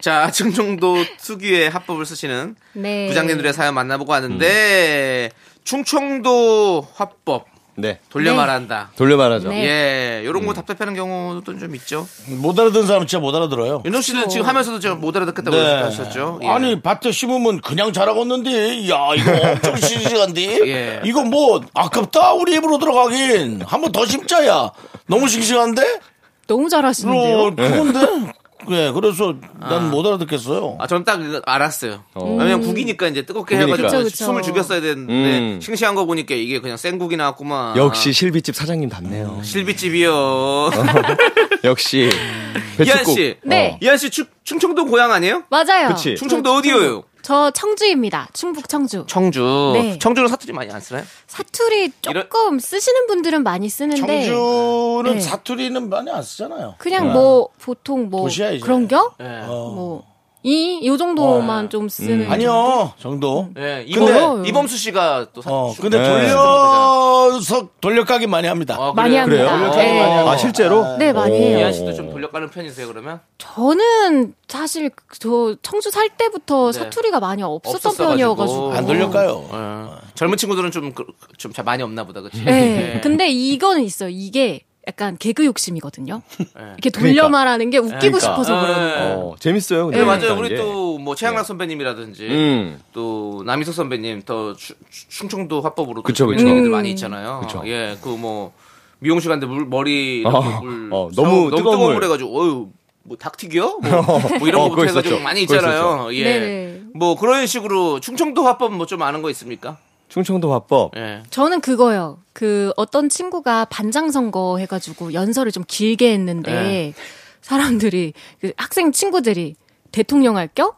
Speaker 1: 자 충청도 특유의 합법을 쓰시는
Speaker 7: 네. 음.
Speaker 1: 부장님들의 사연 만나보고 왔는데 충청도 화법
Speaker 6: 네.
Speaker 1: 돌려
Speaker 7: 네.
Speaker 1: 말한다.
Speaker 6: 돌려 말하죠.
Speaker 7: 네.
Speaker 1: 예, 요런
Speaker 2: 음.
Speaker 1: 거 답답해하는 경우도 좀 있죠.
Speaker 2: 못 알아듣는 사람 진짜 못 알아들어요.
Speaker 1: 윤정 씨는 지금 하면서도 지금 못 알아듣겠다고 하셨죠. 예.
Speaker 2: 네. 아니 밭에 심으면 그냥 자라겠는데, 야 이거 엄청 싱싱한데,
Speaker 1: 예.
Speaker 2: 이거 뭐 아깝다 우리 입으로 들어가긴 한 번 더 심자야. 너무 싱싱한데?
Speaker 7: 너무 잘하시는데요.
Speaker 2: 어, 그건데? 예, 그래서 난 못 알아듣겠어요.
Speaker 1: 아, 저는 딱 그거 알았어요. 왜냐면 국이니까 이제 뜨겁게
Speaker 6: 국이니까.
Speaker 1: 해가지고
Speaker 7: 그쵸, 그쵸.
Speaker 1: 숨을 죽였어야 되는데
Speaker 6: 음.
Speaker 1: 싱싱한 거 보니까 이게 그냥 생국이 나왔구만.
Speaker 6: 역시 어. 실비집 사장님 답네요.
Speaker 1: 실비집이요.
Speaker 6: 역시.
Speaker 1: 이한
Speaker 6: 배추국. 어.
Speaker 1: 씨.
Speaker 7: 네.
Speaker 1: 이한 씨 충, 충청도 고향 아니에요?
Speaker 7: 맞아요.
Speaker 6: 그치.
Speaker 7: 네,
Speaker 1: 충청도 어디요?
Speaker 7: 저 청주입니다. 충북 청주.
Speaker 1: 청주.
Speaker 7: 네.
Speaker 1: 청주는 사투리 많이 안 쓰나요?
Speaker 7: 사투리
Speaker 1: 이런-
Speaker 7: 조금 쓰시는 분들은 많이 쓰는데
Speaker 2: 청주는
Speaker 7: 네.
Speaker 2: 사투리는 많이 안 쓰잖아요.
Speaker 7: 그냥 뭐 보통 뭐
Speaker 2: 도시야, 이제.
Speaker 7: 그런 겨?
Speaker 1: 예.
Speaker 7: 뭐 이, 요 정도만 좀 쓰는.
Speaker 2: 아니요 정도.
Speaker 1: 네,
Speaker 7: 근데-
Speaker 1: 이범, 이범수 씨가 또 사-
Speaker 2: 어
Speaker 1: 슈-
Speaker 2: 근데
Speaker 6: 네.
Speaker 2: 돌려서 돌려가기 많이 합니다.
Speaker 1: 아, 그래요?
Speaker 7: 많이
Speaker 6: 그래요?
Speaker 7: 합니다.
Speaker 1: 원래
Speaker 7: 네.
Speaker 6: 아 실제로? 어.
Speaker 7: 네, 많이 해요.
Speaker 1: 이한 씨도 좀 돌려가는 편이세요 그러면?
Speaker 7: 저는 사실 저 청주 살 때부터
Speaker 1: 네.
Speaker 7: 사투리가 많이 없었던
Speaker 1: 없었어가지고.
Speaker 7: 편이어가지고
Speaker 2: 안 돌려가요.
Speaker 1: 어. 젊은 친구들은 좀좀 잘 많이 없나 보다 그치?
Speaker 7: 네. 근데 이거는 있어요. 이게 약간 개그 욕심이거든요.
Speaker 1: 네.
Speaker 7: 이렇게 돌려
Speaker 6: 그러니까.
Speaker 7: 말하는 게 웃기고
Speaker 6: 그러니까.
Speaker 7: 싶어서 그런 거.
Speaker 1: 네.
Speaker 6: 어, 재밌어요.
Speaker 1: 네,
Speaker 6: 근데 예.
Speaker 1: 맞아요. 우리
Speaker 6: 이게.
Speaker 1: 또 뭐 최양락 선배님이라든지
Speaker 6: 네. 음.
Speaker 1: 또 남희석 선배님 더 추- 추- 충청도 화법으로
Speaker 6: 그쵸, 그쵸.
Speaker 1: 분들 많이 있잖아요.
Speaker 6: 그쵸.
Speaker 1: 예, 그 뭐 미용실 갔는데 물 머리 이렇게
Speaker 6: 어,
Speaker 1: 물
Speaker 6: 어,
Speaker 1: 샤워-
Speaker 6: 너무 뜨거운 물.
Speaker 1: 해가지고 어유 뭐 닭튀겨 뭐, 뭐 이런
Speaker 6: 어,
Speaker 1: 거부터
Speaker 6: 그거
Speaker 1: 해가지고
Speaker 6: 있었죠.
Speaker 1: 많이
Speaker 6: 그거
Speaker 1: 있잖아요. 예,
Speaker 7: 네네.
Speaker 1: 뭐 그런 식으로 충청도 화법 뭐 좀 아는 거 있습니까?
Speaker 6: 충청도 화법.
Speaker 1: 예.
Speaker 7: 저는 그거요. 그 어떤 친구가 반장 선거 해가지고 연설을 좀 길게 했는데
Speaker 6: 예.
Speaker 1: 네.
Speaker 7: 사람들이 그 학생 친구들이 대통령 할 겨?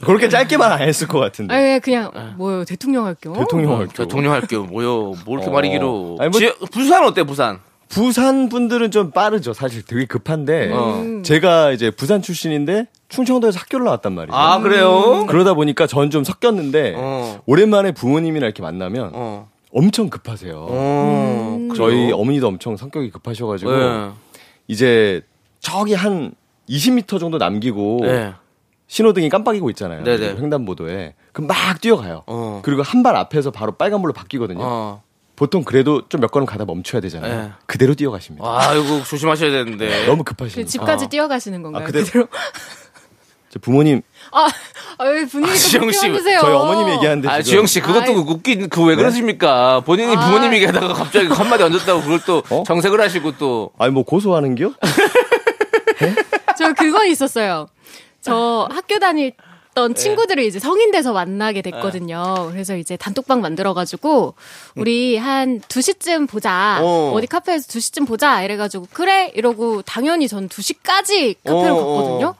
Speaker 6: 그렇게 짧게만 안 했을 것 같은데.
Speaker 7: 아예 그냥 뭐요 대통령 할 겨?
Speaker 6: 대통령 할 때.
Speaker 1: 어, 대통령 할게요. 뭐요? 뭐 이렇게
Speaker 6: 어.
Speaker 1: 말이 길어.
Speaker 6: 아니, 뭐-
Speaker 1: 지- 부산 어때? 부산?
Speaker 6: 부산 분들은 좀 빠르죠. 사실 되게 급한데
Speaker 1: 음.
Speaker 6: 제가 이제 부산 출신인데 충청도에서 학교를 나왔단 말이에요.
Speaker 1: 아 그래요?
Speaker 6: 그러다 보니까 전 좀 섞였는데
Speaker 1: 어.
Speaker 6: 오랜만에 부모님이랑 이렇게 만나면
Speaker 1: 어.
Speaker 6: 엄청 급하세요.
Speaker 1: 어.
Speaker 6: 저희 어머니도 엄청 성격이 급하셔가지고
Speaker 1: 예.
Speaker 6: 이제 저기 한 20m 정도 남기고
Speaker 1: 예.
Speaker 6: 신호등이 깜빡이고 있잖아요.
Speaker 1: 네네.
Speaker 6: 횡단보도에 그럼 막 뛰어가요.
Speaker 1: 어.
Speaker 6: 그리고 한 발 앞에서 바로 빨간불로 바뀌거든요.
Speaker 1: 어.
Speaker 6: 보통 그래도 좀 몇 걸음 가다 멈춰야 되잖아요.
Speaker 1: 예.
Speaker 6: 그대로 뛰어가십니다.
Speaker 1: 아, 이거 조심하셔야 되는데.
Speaker 6: 너무
Speaker 7: 그
Speaker 6: 급하시니까.
Speaker 7: 집까지 뛰어가시는 건가요?
Speaker 6: 아,
Speaker 7: 그대로.
Speaker 6: 그대로? 저 부모님
Speaker 7: 아, 아, 왜 분위기 또
Speaker 1: 지영
Speaker 7: 그렇게
Speaker 1: 씨,
Speaker 7: 만드세요?
Speaker 6: 저희 어머님 얘기하는데
Speaker 1: 아,
Speaker 6: 지금
Speaker 1: 지영 씨, 그것도
Speaker 7: 아이.
Speaker 1: 웃긴, 그 왜 그러십니까? 본인이
Speaker 7: 아.
Speaker 1: 부모님 얘기하다가 갑자기 그 한마디 얹었다고 그걸 또
Speaker 6: 어?
Speaker 1: 정색을 하시고 또.
Speaker 6: 아니 뭐 고소하는겨?
Speaker 7: 저 그건 있었어요. 저 학교 다닐
Speaker 1: 네.
Speaker 7: 던 친구들을 이제 성인 돼서 만나게 됐거든요. 그래서 이제 단톡방 만들어가지고 우리 한 2시쯤 보자.
Speaker 1: 어.
Speaker 7: 어. 디 카페에서 2시쯤 보자. 이래가지고 그래 이러고 당연히 전 2시까지 카페를
Speaker 1: 어,
Speaker 7: 갔거든요.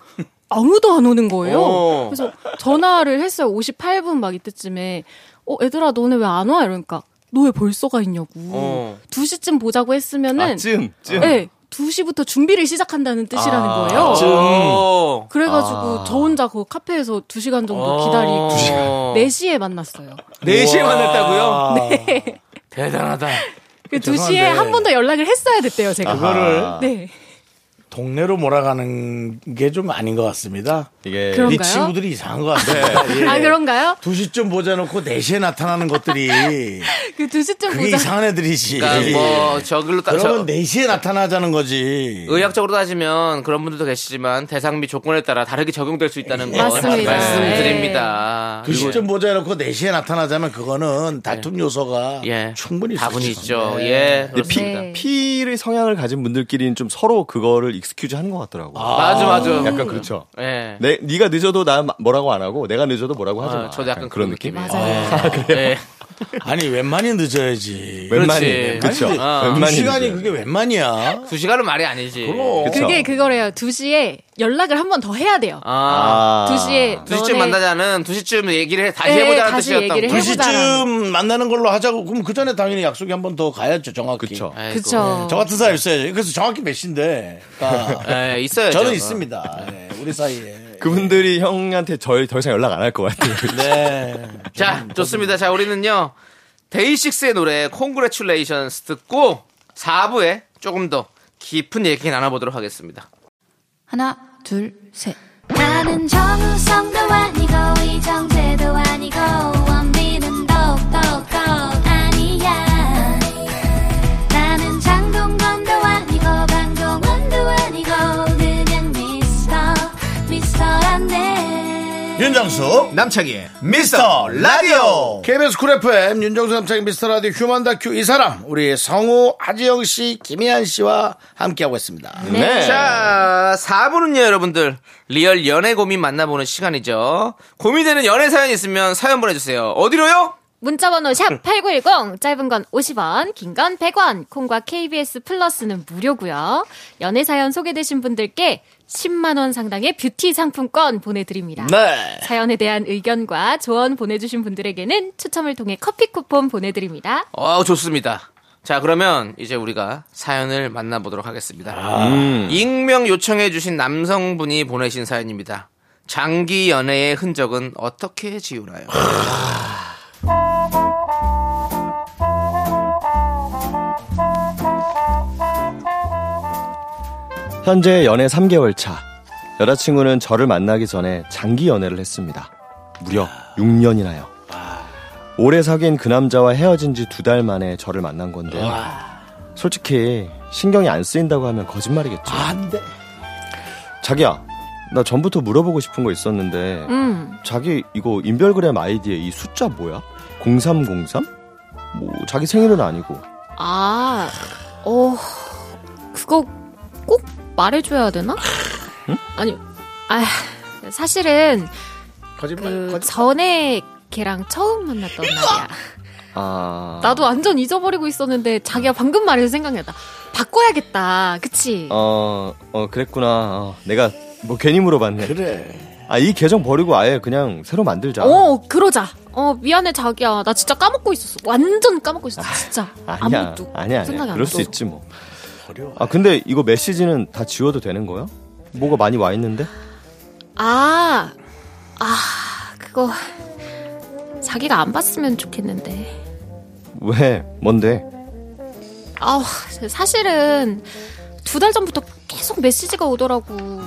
Speaker 7: 아무도 안 오는 거예요.
Speaker 1: 어.
Speaker 7: 그래서 전화를 했어요. 58분 막 이때쯤에 어 얘들아 너네 왜 안 와? 이러니까 너 왜 벌써가 있냐고.
Speaker 1: 어.
Speaker 7: 2시쯤 보자고 했으면은
Speaker 6: 아, 쯤, 쯤.
Speaker 7: 네, 2시부터 준비를 시작한다는 뜻이라는 거예요.
Speaker 1: 아. 어.
Speaker 7: 그래가지고 저 혼자 그 카페에서 2시간 정도 기다리고
Speaker 1: 두 시간.
Speaker 7: 4시에 만났어요.
Speaker 1: 4시에 만났다고요?
Speaker 7: 네.
Speaker 1: 대단하다.
Speaker 7: 그 2시에 한 번 더 연락을 했어야 됐대요, 제가.
Speaker 1: 아.
Speaker 2: 그거를
Speaker 7: 네.
Speaker 2: 동네로 몰아가는 게 좀 아닌 것 같습니다.
Speaker 6: 이게
Speaker 7: 그런가요?
Speaker 2: 이 친구들이 이상한 것 같아요.
Speaker 1: 네.
Speaker 2: 예.
Speaker 7: 아, 그런가요?
Speaker 2: 2시쯤 보자놓고 4시에 나타나는 것들이
Speaker 7: 그 2시쯤
Speaker 2: 그게
Speaker 7: 보자.
Speaker 2: 이상한 애들이지. 예.
Speaker 1: 그러니까 뭐, 저길로 따,
Speaker 2: 그러면 네.
Speaker 1: 저,
Speaker 2: 4시에 나타나자는 거지.
Speaker 1: 의학적으로 따지면 그런 분들도 계시지만 대상 및 조건에 따라 다르게 적용될 수 있다는 거
Speaker 7: 맞습니다. 네.
Speaker 1: 말씀드립니다.
Speaker 2: 두그 시쯤 보자 해놓고 4시에 나타나자면
Speaker 7: 네.
Speaker 2: 그거는 다툼 요소가
Speaker 1: 예.
Speaker 2: 충분히 네. 있을
Speaker 1: 다분히
Speaker 2: 수
Speaker 1: 있죠.
Speaker 2: 있습니다.
Speaker 1: 예. 그렇습니다.
Speaker 7: 네.
Speaker 6: P를 성향을 가진 분들끼리는 좀 서로 그거를 익스큐즈 하는 것 같더라고. 요
Speaker 1: 맞아, 맞아.
Speaker 6: 약간 그렇죠.
Speaker 1: 예.
Speaker 6: 내 네가 늦어도 나 뭐라고 안 하고 내가 늦어도 뭐라고 하지
Speaker 1: 아,
Speaker 6: 마.
Speaker 1: 저도 약간 그런 느낌이에요.
Speaker 7: 맞아요.
Speaker 1: 예.
Speaker 2: 아니 웬만히 늦어야지.
Speaker 6: 웬만히
Speaker 1: 그렇지.
Speaker 6: 그렇죠.
Speaker 1: 아.
Speaker 2: 두
Speaker 6: 웬만히
Speaker 2: 시간이
Speaker 6: 늦어요.
Speaker 2: 그게 웬만이야.
Speaker 1: 두 시간은 말이 아니지.
Speaker 2: 그럼.
Speaker 6: 그쵸.
Speaker 7: 그게 그거래요. 2시에 연락을 한 번 더 해야 돼요.
Speaker 1: 아.
Speaker 6: 아.
Speaker 7: 2시에.
Speaker 1: 두 시쯤 만나자는 두 시쯤 얘기를 해, 다시
Speaker 7: 예,
Speaker 1: 해보자는
Speaker 7: 다시
Speaker 1: 뜻이었다고.
Speaker 7: 얘기를
Speaker 2: 두
Speaker 7: 해보자. 해보자라는.
Speaker 2: 시쯤 만나는 걸로 하자고 그럼 그 전에 당연히 약속이 한 번 더 가야죠 정확히.
Speaker 6: 그쵸.
Speaker 1: 아이고.
Speaker 7: 그쵸.
Speaker 2: 예. 저 같은 사람 있어야죠. 그래서 정확히 몇 시인데. 그러니까
Speaker 1: 예, 있어요.
Speaker 2: 저는 있습니다. 네, 우리 사이에.
Speaker 6: 그분들이 형한테 저희 더 이상 연락 안 할 것 같아요.
Speaker 2: 네.
Speaker 1: 자, 좋습니다. 자, 우리는요. 데이식스의 노래 콩그레츄레이션스 듣고 4부에 조금 더 깊은 얘기 나눠보도록 하겠습니다.
Speaker 5: 하나, 둘, 셋.
Speaker 4: 나는 정우성도 아니고 이정재도 아니고 원빈은 더욱더 아니야 나는 장동건도 아니고 강동원도 아니고 그냥 미스터 미스터란데
Speaker 2: 윤정수 남창희 미스터 라디오 KBS 쿨 FM 윤정수 남창희 미스터 라디오 휴먼 다큐 이 사람 우리 성우 하지영 씨 김희한 씨와 함께하고 있습니다.
Speaker 6: 네.
Speaker 1: 자, 4부는요, 여러분들. 리얼 연애 고민 만나보는 시간이죠. 고민되는 연애 사연 있으면 사연 보내주세요. 어디로요?
Speaker 7: 문자번호 샵8910 짧은 건 50원 긴 건 100원 콩과 KBS 플러스는 무료고요 연애사연 소개되신 분들께 10만원 상당의 뷰티 상품권 보내드립니다
Speaker 2: 네.
Speaker 7: 사연에 대한 의견과 조언 보내주신 분들에게는 추첨을 통해 커피 쿠폰 보내드립니다
Speaker 1: 어, 좋습니다. 자, 그러면 이제 우리가 사연을 만나보도록 하겠습니다. 음. 익명 요청해주신 남성분이 보내신 사연입니다. 장기 연애의 흔적은 어떻게 지우나요?
Speaker 6: 현재 연애 3개월 차. 여자친구는 저를 만나기 전에 장기 연애를 했습니다. 무려 6년이나요. 오래 사귄 그 남자와 헤어진 지 두 달 만에 저를 만난 건데 요 솔직히 신경이 안 쓰인다고 하면 거짓말이겠죠. 아, 안 돼. 자기야, 나 전부터 물어보고 싶은 거 있었는데
Speaker 7: 음.
Speaker 6: 자기 이거 인별그램 아이디에 이 숫자 뭐야? 0303? 뭐 자기 생일은 아니고
Speaker 7: 아, 어, 그거 꼭 말해줘야 되나? 아니, 아, 사실은
Speaker 2: 거짓말.
Speaker 7: 그
Speaker 2: 거짓-
Speaker 7: 전에 걔랑 처음 만났던 날이야.
Speaker 6: 아
Speaker 7: 나도 완전 잊어버리고 있었는데 자기가 방금 말해서 생각났다. 바꿔야겠다. 그치?
Speaker 6: 어, 어 그랬구나. 어, 내가 뭐 괜히 물어봤네.
Speaker 2: 그래.
Speaker 6: 아 이 계정 버리고 아예 그냥 새로 만들자.
Speaker 7: 어, 그러자. 어, 미안해, 자기야. 나 진짜 까먹고 있었어. 완전 까먹고 있었어, 진짜.
Speaker 6: 아, 아니야,
Speaker 7: 아무것도.
Speaker 6: 아니야,
Speaker 7: 생각이
Speaker 6: 아니야.
Speaker 7: 안
Speaker 6: 그럴 수
Speaker 7: 나서.
Speaker 6: 있지 뭐. 아 근데 이거 메시지는 다 지워도 되는 거야? 뭐가 많이 와 있는데?
Speaker 7: 아, 아, 그거. 자기가 안 봤으면 좋겠는데.
Speaker 6: 왜? 뭔데?
Speaker 7: 아우, 사실은 두 달 전부터 계속 메시지가 오더라고.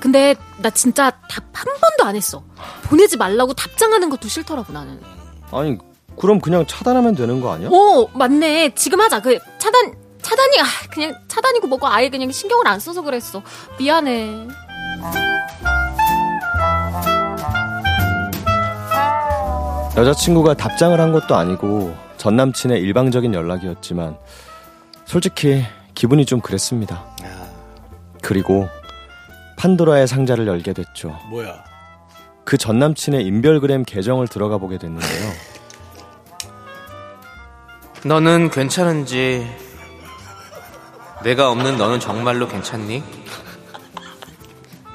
Speaker 7: 근데 나 진짜 답 한 번도 안 했어. 보내지 말라고 답장하는 것도 싫더라고, 나는.
Speaker 6: 아니 그럼 그냥 차단하면 되는 거 아니야?
Speaker 7: 오 맞네 지금 하자 그 차단 차단이 아, 그냥 차단이고 뭐고 아예 그냥 신경을 안 써서 그랬어 미안해
Speaker 6: 여자친구가 답장을 한 것도 아니고 전 남친의 일방적인 연락이었지만 솔직히 기분이 좀 그랬습니다. 그리고 판도라의 상자를 열게 됐죠.
Speaker 2: 뭐야?
Speaker 6: 그 전 남친의 인별그램 계정을 들어가 보게 됐는데요.
Speaker 1: 너는 괜찮은지 내가 없는 너는 정말로 괜찮니?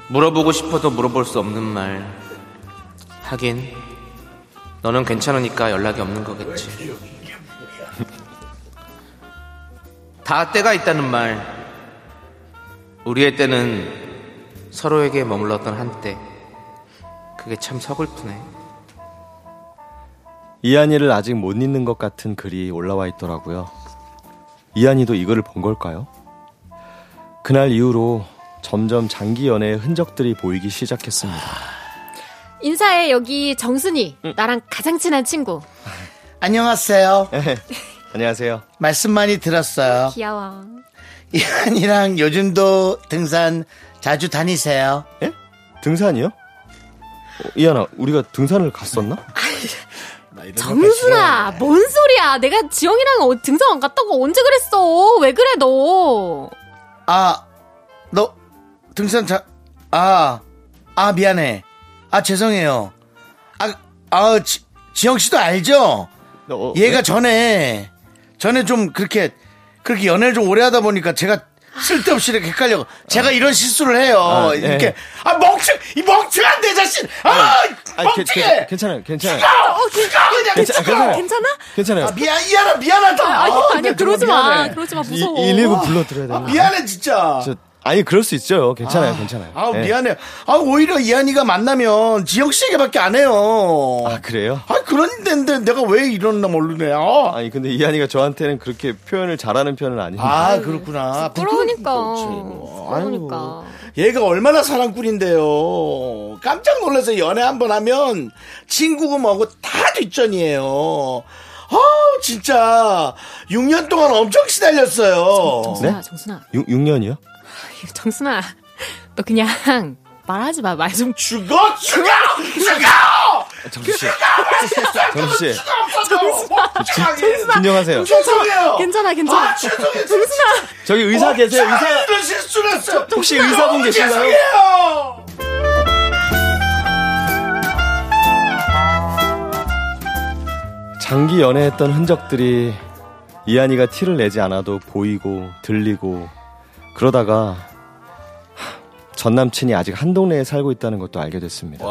Speaker 1: 물어보고 싶어도 물어볼 수 없는 말 하긴 너는 괜찮으니까 연락이 없는 거겠지 다 때가 있다는 말 우리의 때는 서로에게 머물렀던 한때 그게 참 서글프네
Speaker 6: 이한이를 아직 못 잊는 것 같은 글이 올라와 있더라고요. 이한이도 이거를 본 걸까요? 그날 이후로 점점 장기 연애의 흔적들이 보이기 시작했습니다.
Speaker 2: 아.
Speaker 7: 인사해 여기 정순이 나랑 가장 친한 친구
Speaker 2: 안녕하세요.
Speaker 6: 네. 안녕하세요.
Speaker 2: 말씀 많이 들었어요.
Speaker 7: 귀여워
Speaker 2: 이한이랑 요즘도 등산 자주 다니세요.
Speaker 6: 예? 등산이요? 어, 이한아, 우리가 등산을 갔었나?
Speaker 7: 정순아 뭔 소리야 내가 지영이랑 어- 등산 안 갔다고 언제 그랬어 왜 그래 너
Speaker 2: 아, 너 등산 자, 아, 아 미안해. 아 죄송해요. 아, 아 지, 지영 씨도 알죠?
Speaker 6: 어,
Speaker 2: 얘가 전에 전에 좀 그렇게 그렇게 연애를 좀 오래 하다 보니까 제가 쓸데없이 이렇게 헷갈려. 제가 이런 실수를 해요.
Speaker 6: 예.
Speaker 2: 이렇게 아 멍청 이 멍청한 내 자신. 아
Speaker 6: 아니, 괜-
Speaker 2: 멍청해.
Speaker 6: 괜- 괜찮아요, 괜찮아요.
Speaker 7: 어,
Speaker 2: 아, 가 그냥
Speaker 6: 괜찮- 괜찮아요.
Speaker 7: 괜찮아
Speaker 6: 괜찮아요.
Speaker 2: 아, 미안 미안하 미안하다.
Speaker 7: 아, 아니
Speaker 2: 아,
Speaker 7: 아니야
Speaker 2: 나 정말
Speaker 7: 그러지 마
Speaker 2: 아, 미안해.
Speaker 7: 그러지 마
Speaker 6: 이-
Speaker 7: 무서워
Speaker 6: 119 불러드려야
Speaker 2: 아,
Speaker 6: 되나?
Speaker 2: 미안해 진짜.
Speaker 6: 저- 아니, 그럴 수 있죠. 괜찮아요, 괜찮아요.
Speaker 2: 아우
Speaker 6: 예.
Speaker 2: 미안해. 아 오히려 이한이가 만나면 지영 씨에게밖에 안 해요.
Speaker 6: 아, 그래요?
Speaker 2: 아 그런 데인데 내가 왜 이러나 모르네. 아,
Speaker 6: 아니, 근데 이한이가 저한테는 그렇게 표현을 잘하는 편은 아닌데.
Speaker 2: 아 그렇구나. 뭐.
Speaker 7: 부끄러우니까
Speaker 2: 아이고.
Speaker 7: 부끄러우니까
Speaker 2: 얘가 얼마나 사랑꾼인데요. 깜짝 놀라서 연애 한 번 하면 친구고 뭐고 다 뒷전이에요. 아 진짜 6년 동안 엄청 시달렸어요.
Speaker 7: 정순아
Speaker 6: 네?
Speaker 7: 정순아
Speaker 6: 6년이요?
Speaker 7: 정순아, 너 그냥 말하지 마. 말 좀.
Speaker 2: 죽어 죽어 죽어.
Speaker 6: 정수씨. 정수씨. 진정하세요.
Speaker 2: 어, 죄송해요.
Speaker 7: 괜찮아, 괜찮아.
Speaker 2: 아 죄송해요. 정순아.
Speaker 7: 그렇죠.
Speaker 6: 저기 의사 계세요, 의사.
Speaker 2: 이런 실수를 했어.
Speaker 6: 혹시 의사분 계신가요?
Speaker 2: 죄송해요.
Speaker 6: 장기 연애했던 흔적들이 이한이가 티를 내지 않아도 보이고 들리고 그러다가 하, 전 남친이 아직 한 동네에 살고 있다는 것도 알게 됐습니다.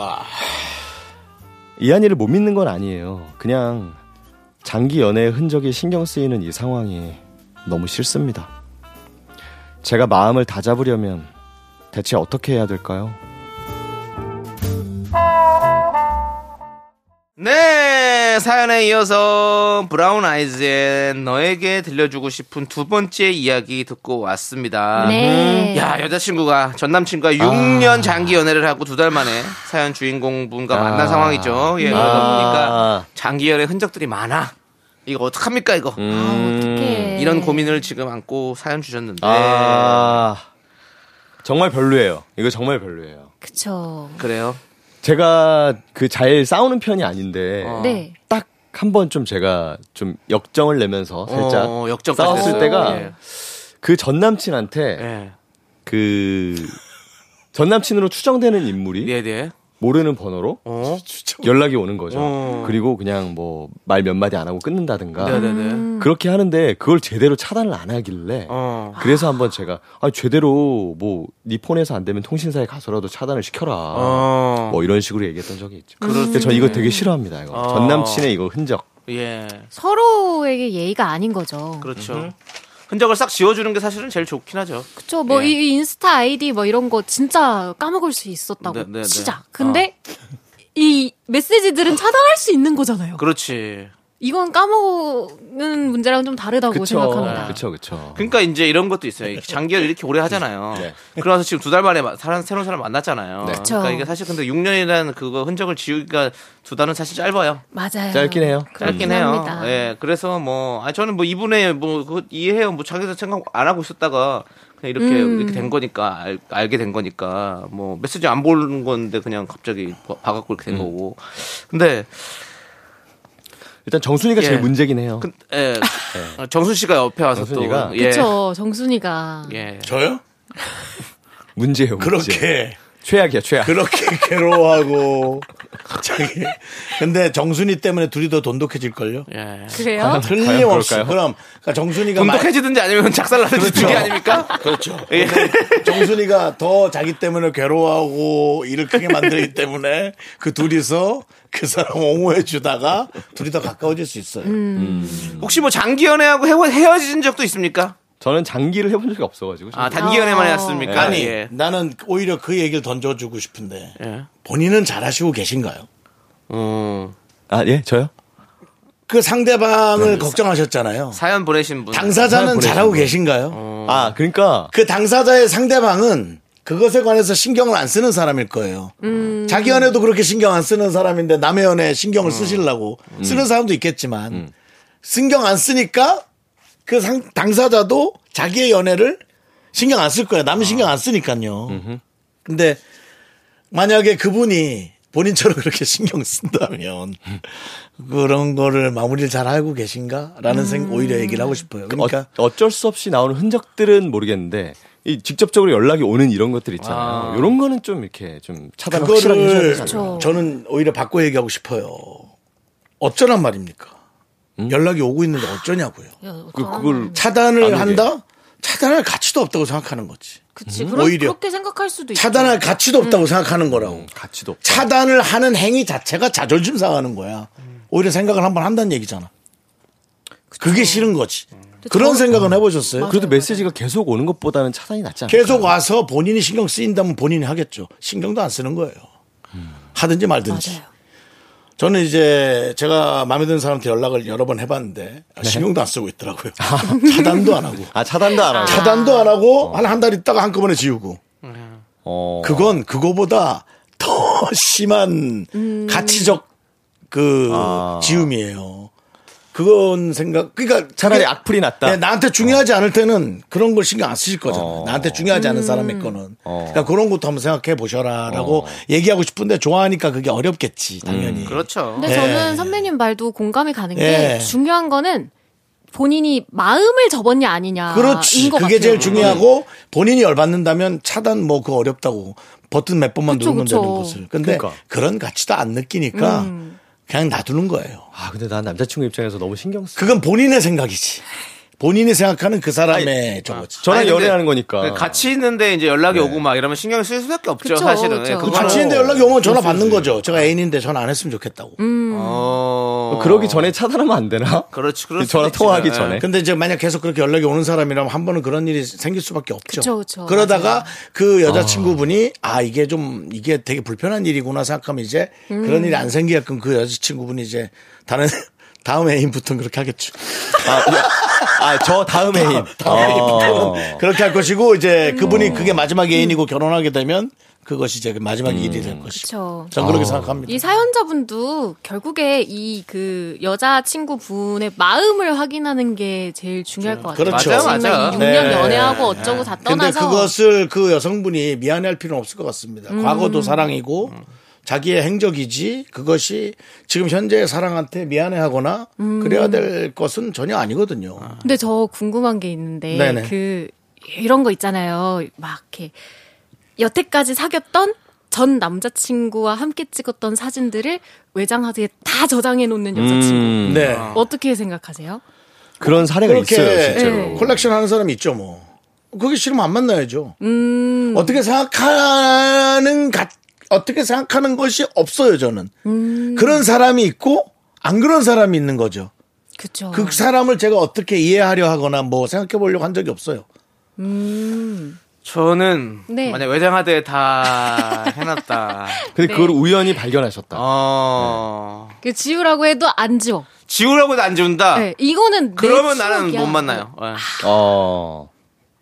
Speaker 6: 이한이를 못 믿는 건 아니에요. 그냥 장기 연애의 흔적이 신경 쓰이는 이 상황이 너무 싫습니다. 제가 마음을 다잡으려면 대체 어떻게 해야 될까요?
Speaker 1: 네, 사연에 이어서 브라운 아이즈의 너에게 들려주고 싶은 두 번째 이야기 듣고 왔습니다.
Speaker 7: 네.
Speaker 1: 아, 음, 야, 여자친구가 전 남친과
Speaker 6: 아.
Speaker 1: 6년 장기 연애를 하고 두 달 만에 사연 주인공 분과 만난
Speaker 6: 아.
Speaker 1: 상황이죠. 예, 그러다 보니까
Speaker 6: 아,
Speaker 1: 장기 연애 흔적들이 많아. 이거 어떡합니까, 이거?
Speaker 6: 음.
Speaker 7: 아, 어떡해.
Speaker 1: 음, 이런 고민을 지금 안고 사연 주셨는데.
Speaker 6: 아, 정말 별로예요. 이거 정말 별로예요.
Speaker 7: 그쵸.
Speaker 1: 그래요.
Speaker 6: 제가 그 잘 싸우는 편이 아닌데
Speaker 1: 어.
Speaker 7: 네.
Speaker 6: 딱 한 번 좀 제가 좀 역정을 내면서 살짝
Speaker 1: 어, 역적까지
Speaker 6: 싸웠을
Speaker 1: 됐어요.
Speaker 6: 때가
Speaker 1: 예.
Speaker 6: 그 전 남친한테
Speaker 1: 예.
Speaker 6: 그 전남친으로 추정되는 인물이
Speaker 1: 네, 네.
Speaker 6: 모르는 번호로
Speaker 1: 어?
Speaker 6: 연락이 오는 거죠.
Speaker 1: 어.
Speaker 6: 그리고 그냥 뭐 말 몇 마디 안 하고 끊는다든가
Speaker 1: 네, 네, 네.
Speaker 6: 그렇게 하는데 그걸 제대로 차단을 안 하길래
Speaker 1: 어.
Speaker 6: 그래서 한번 제가 아 제대로 뭐 네 폰에서 안 되면 통신사에 가서라도 차단을 시켜라.
Speaker 1: 어.
Speaker 6: 뭐 이런 식으로 얘기했던 적이 있죠.
Speaker 1: 그럴
Speaker 6: 근데 저 이거 되게 싫어합니다. 이거
Speaker 1: 어.
Speaker 6: 전 남친의 이거 흔적.
Speaker 1: 예.
Speaker 7: 서로에게 예의가 아닌 거죠.
Speaker 1: 그렇죠. 흔적을 싹 지워주는 게 사실은 제일 좋긴 하죠.
Speaker 7: 그쵸. 뭐,
Speaker 1: 예.
Speaker 7: 이 인스타 아이디 뭐 이런 거 진짜 까먹을 수 있었다고.
Speaker 1: 네, 네, 어. 네.
Speaker 7: 진짜. 근데 이 메시지들은 차단할 수 있는 거잖아요.
Speaker 1: 그렇지.
Speaker 7: 이건 까먹는 문제랑 좀 다르다고
Speaker 1: 네.
Speaker 7: 생각합니다.
Speaker 6: 그쵸 그쵸.
Speaker 1: 그러니까 이제 이런 것도 있어요. 장기를 이렇게 오래 하잖아요.
Speaker 6: 네.
Speaker 1: 그러면서 지금 두 달 만에 마- 사람, 새로운 사람 만났잖아요.
Speaker 7: 그쵸.
Speaker 1: 그러니까 이게 사실 근데 6년이라는 그거 흔적을 지우기가 두 달은 사실 짧아요.
Speaker 7: 맞아요.
Speaker 6: 짧긴 해요.
Speaker 7: 그렇긴
Speaker 1: 짧긴 해요.
Speaker 7: 합니다.
Speaker 1: 예. 그래서 뭐, 아니, 저는 뭐 이분의 뭐, 그거 이해해요. 뭐 자기도 생각 안 하고 있었다가 그냥 이렇게,
Speaker 7: 음.
Speaker 1: 이렇게 된 거니까, 알, 알게 된 거니까, 뭐, 메시지 안 보는 건데 그냥 갑자기 봐- 봐갖고 이렇게 된 거고. 근데,
Speaker 6: 일단 정순이가
Speaker 1: 예.
Speaker 6: 제일 문제긴 해요.
Speaker 1: 그, 예. 정순 씨가 옆에 와서
Speaker 6: 정순이가?
Speaker 1: 또. 예.
Speaker 7: 그쵸. 정순이가.
Speaker 1: 예.
Speaker 2: 저요?
Speaker 6: 문제예요. 문제.
Speaker 2: 그렇게
Speaker 6: 최악이야 최악.
Speaker 2: 그렇게 괴로워하고 자기 근데 정순이 때문에 둘이 더 돈독해질 걸요.
Speaker 1: 예.
Speaker 7: 그래요?
Speaker 2: 틀림없이
Speaker 6: 음, 그럴까요?
Speaker 2: 그럼 그러니까 정순이가 말-
Speaker 1: 돈독해지든지 아니면 작살나든지 두 개 아닙니까?
Speaker 2: 그렇죠.
Speaker 6: 어,
Speaker 1: 예.
Speaker 6: 네.
Speaker 2: 정순이가 더 자기 때문에 괴로워하고 일을 크게 만들기 때문에 그 둘이서 그 사람 옹호해 주다가 둘이 더 가까워질 수 있어요.
Speaker 1: 혹시 뭐 장기 연애하고 헤어, 헤어진 적도 있습니까?
Speaker 6: 저는 장기를 해본 적이 없어가지고.
Speaker 1: 아, 단기 연애만 해왔습니까?
Speaker 2: 아니
Speaker 1: 예.
Speaker 2: 그러니까 나는 오히려 그 얘기를 던져주고 싶은데
Speaker 1: 예.
Speaker 2: 본인은 잘하시고 계신가요?
Speaker 1: 음.
Speaker 6: 아, 예, 저요?
Speaker 2: 그 상대방을 걱정하셨잖아요.
Speaker 1: 사연 보내신 분.
Speaker 2: 당사자는
Speaker 6: 네. 보내신
Speaker 2: 잘하고
Speaker 6: 거예요.
Speaker 2: 계신가요?
Speaker 6: 아, 그러니까
Speaker 2: 그 당사자의 상대방은 그것에 관해서 신경을 안 쓰는 사람일 거예요. 자기 연애도 그렇게 신경 안 쓰는 사람인데 남의 연애에 신경을 쓰시려고 쓰는 사람도 있겠지만 신경 안 쓰니까 그 상- 당사자도 자기의 연애를 신경 안 쓸 거예요. 남이 신경 안 쓰니까요. 근데 만약에 그분이 본인처럼 그렇게 신경 쓴다면 그런 거를 마무리를 잘 알고 계신가라는 생각 오히려 얘기를 하고 싶어요. 음. 그러니까
Speaker 6: 어, 쩔수 없이 나오는 흔적들은 모르겠는데 이 직접적으로 연락이 오는 이런 것들 있잖아요. 이런 거는 좀 이렇게 좀 차단을 확실하게 해줘야
Speaker 2: 그거를
Speaker 6: 되지 않나.
Speaker 7: 않나요?
Speaker 2: 저는 오히려 바꿔 얘기하고 싶어요. 어쩌란 말입니까? 연락이 오고 있는데 어쩌냐고요.
Speaker 6: 그, 그걸
Speaker 2: 차단을
Speaker 6: 음? 아니게.
Speaker 2: 한다? 차단할 가치도 없다고 생각하는 거지.
Speaker 7: 그치. 그런,
Speaker 2: 오히려.
Speaker 7: 그렇게 생각할 수도 있죠.
Speaker 2: 차단할 가치도 없다고 생각하는 거라고.
Speaker 6: 가치도 없다.
Speaker 2: 차단을 하는 행위 자체가 자존심 상하는 거야. 오히려 생각을 한번 한다는 얘기잖아. 음. 그게 싫은 거지. 그런 생각은 해보셨어요?
Speaker 6: 그래도 메시지가 계속 오는 것보다는 차단이 낫지 않을까?
Speaker 2: 계속 와서 본인이 신경 쓰인다면 본인이 하겠죠. 신경도 안 쓰는 거예요. 하든지 말든지.
Speaker 7: 맞아요.
Speaker 2: 저는 이제 제가 마음에 드는 사람한테 연락을 여러 번 해봤는데
Speaker 6: 네.
Speaker 2: 신경도 안 쓰고 있더라고요. 차단도 안 하고.
Speaker 6: 아, 차단도 안 하고.
Speaker 2: 차단도 안 하고 한 한 달 있다가 한꺼번에 지우고.
Speaker 6: 어.
Speaker 2: 그건 그거보다 더 심한
Speaker 7: 음.
Speaker 2: 가치적 그
Speaker 6: 아.
Speaker 2: 지움이에요. 그건 생각, 그러니까
Speaker 6: 차라리
Speaker 2: 그게-
Speaker 6: 악플이 낫다.
Speaker 2: 네, 나한테 중요하지
Speaker 1: 어.
Speaker 2: 않을 때는 그런 걸 신경 안 쓰실 거잖아요. 나한테 중요하지 않은
Speaker 7: 음.
Speaker 2: 사람의 거는.
Speaker 1: 어.
Speaker 2: 그러니까 그런 것도 한번 생각해 보셔라라고 얘기하고 싶은데 좋아하니까 그게 어렵겠지, 당연히.
Speaker 1: 그렇죠.
Speaker 7: 근데 저는 선배님 말도 공감이 가는 게
Speaker 2: 예.
Speaker 7: 중요한 거는 본인이 마음을 접었냐 아니냐.
Speaker 2: 그렇지.
Speaker 7: 인것
Speaker 2: 그게
Speaker 7: 같아요.
Speaker 2: 제일
Speaker 1: 음.
Speaker 2: 중요하고 본인이 열받는다면 차단 뭐 그거 어렵다고 버튼 몇 번만
Speaker 7: 그쵸,
Speaker 2: 누르면
Speaker 7: 그쵸. 음.
Speaker 2: 되는 것을. 근데
Speaker 6: 그러니까.
Speaker 2: 그런 가치도 안 느끼니까 그냥 놔두는 거예요. 그-
Speaker 6: 아, 근데 난 남자친구 입장에서 너무 신경 쓰.
Speaker 2: 그건 본인의 생각이지. 본인이 생각하는 그 사람의 저거지.
Speaker 6: 저랑
Speaker 1: 아니, 근데 네, 그
Speaker 6: 연애하는 거니까. 네.
Speaker 1: 같이 있는데 이제 연락이 오고 막 이러면 신경 쓸 수밖에 없죠
Speaker 7: 그쵸,
Speaker 1: 사실은. 네,
Speaker 7: 그쵸.
Speaker 1: 그거는- 뭐,
Speaker 2: 같이 있는데 연락이 오면 전화 받는 거죠.
Speaker 1: 아.
Speaker 2: 제가 애인인데 전화 안 했으면
Speaker 7: 음.
Speaker 2: 좋겠다고.
Speaker 1: 어.
Speaker 6: 그러기 전에 차단하면 안 되나?
Speaker 1: 그렇지 그렇지.
Speaker 6: 전화
Speaker 1: 예.
Speaker 6: 통화하기
Speaker 7: 네.
Speaker 6: 전에.
Speaker 2: 근데 이제 만약 계속 그렇게 연락이 오는 사람이라면 한 번은 그런 일이 생길 수밖에 없죠.
Speaker 7: 그쵸, 그쵸.
Speaker 2: 러다가그 여자친구분이 아 이게 좀 이게 되게 불편한 일이구나 생각하면 이제 그런
Speaker 7: 음.
Speaker 2: 일이 안 생기게끔 그 여자친구분이 이제 다른 다음 애인부터는 그렇게 하겠죠.
Speaker 6: 아, 저 다음 어. 애인.
Speaker 2: 다음
Speaker 7: 어.
Speaker 2: 애인부터는 그렇게 할 것이고 이제
Speaker 7: 음.
Speaker 2: 그분이 그게 마지막 애인이고 결혼하게 되면 그것이 이제 그 마지막 일이 될 것이죠.
Speaker 7: 음. 그렇죠.
Speaker 2: 전 그렇게 생각합니다.
Speaker 7: 이 사연자분도 결국에 이 그 여자 친구분의 마음을 확인하는 게 제일 중요할 것 같아요.
Speaker 2: 그렇죠.
Speaker 1: 맞아요, 맞아요.
Speaker 7: 6년
Speaker 2: 네.
Speaker 7: 연애하고 어쩌고 다
Speaker 2: 근데
Speaker 7: 떠나서
Speaker 2: 그것을 그 여성분이 미안해할 필요는 없을 것 같습니다.
Speaker 6: 음.
Speaker 2: 과거도 사랑이고 자기의 행적이지 그것이 지금 현재의 사랑한테 미안해하거나
Speaker 6: 음.
Speaker 2: 그래야 될 것은 전혀 아니거든요.
Speaker 7: 근데 저 궁금한 게 있는데
Speaker 2: 네네.
Speaker 7: 그 이런 거 있잖아요. 막 이렇게 여태까지 사귀었던 전 남자친구와 함께 찍었던 사진들을 외장하드에 다 저장해 놓는 여자친구
Speaker 1: 음.
Speaker 2: 네.
Speaker 7: 어떻게 생각하세요?
Speaker 6: 음, 그런 사례가 아. 있어요,
Speaker 2: 그렇게 예,
Speaker 6: 진짜로. 음.
Speaker 7: 네.
Speaker 2: 콜렉션 하는 사람 있죠 뭐. 그게 싫으면 안 만나야죠.
Speaker 6: 음.
Speaker 2: 어떻게 생각하는 가- 어떻게 생각하는 것이 없어요 저는.
Speaker 6: 음.
Speaker 2: 그런 사람이 있고 안 그런 사람이 있는 거죠.
Speaker 7: 그쵸.
Speaker 6: 어.
Speaker 2: 그 사람을 제가 어떻게 이해하려 하거나 뭐 생각해 보려고 한 적이 없어요.
Speaker 1: 저는
Speaker 7: 네.
Speaker 1: 만약 외장하드에 다 해놨다.
Speaker 6: 근데 그걸 우연히 발견하셨다. 아.
Speaker 1: 아. 어.
Speaker 7: 그 지우라고 해도 안 지워.
Speaker 1: 지우라고도 안 지운다.
Speaker 7: 네, 이거는 내
Speaker 1: 아. 그러면 나는
Speaker 7: 추억이야. 네.
Speaker 1: 못 만나요. 예.
Speaker 6: 어.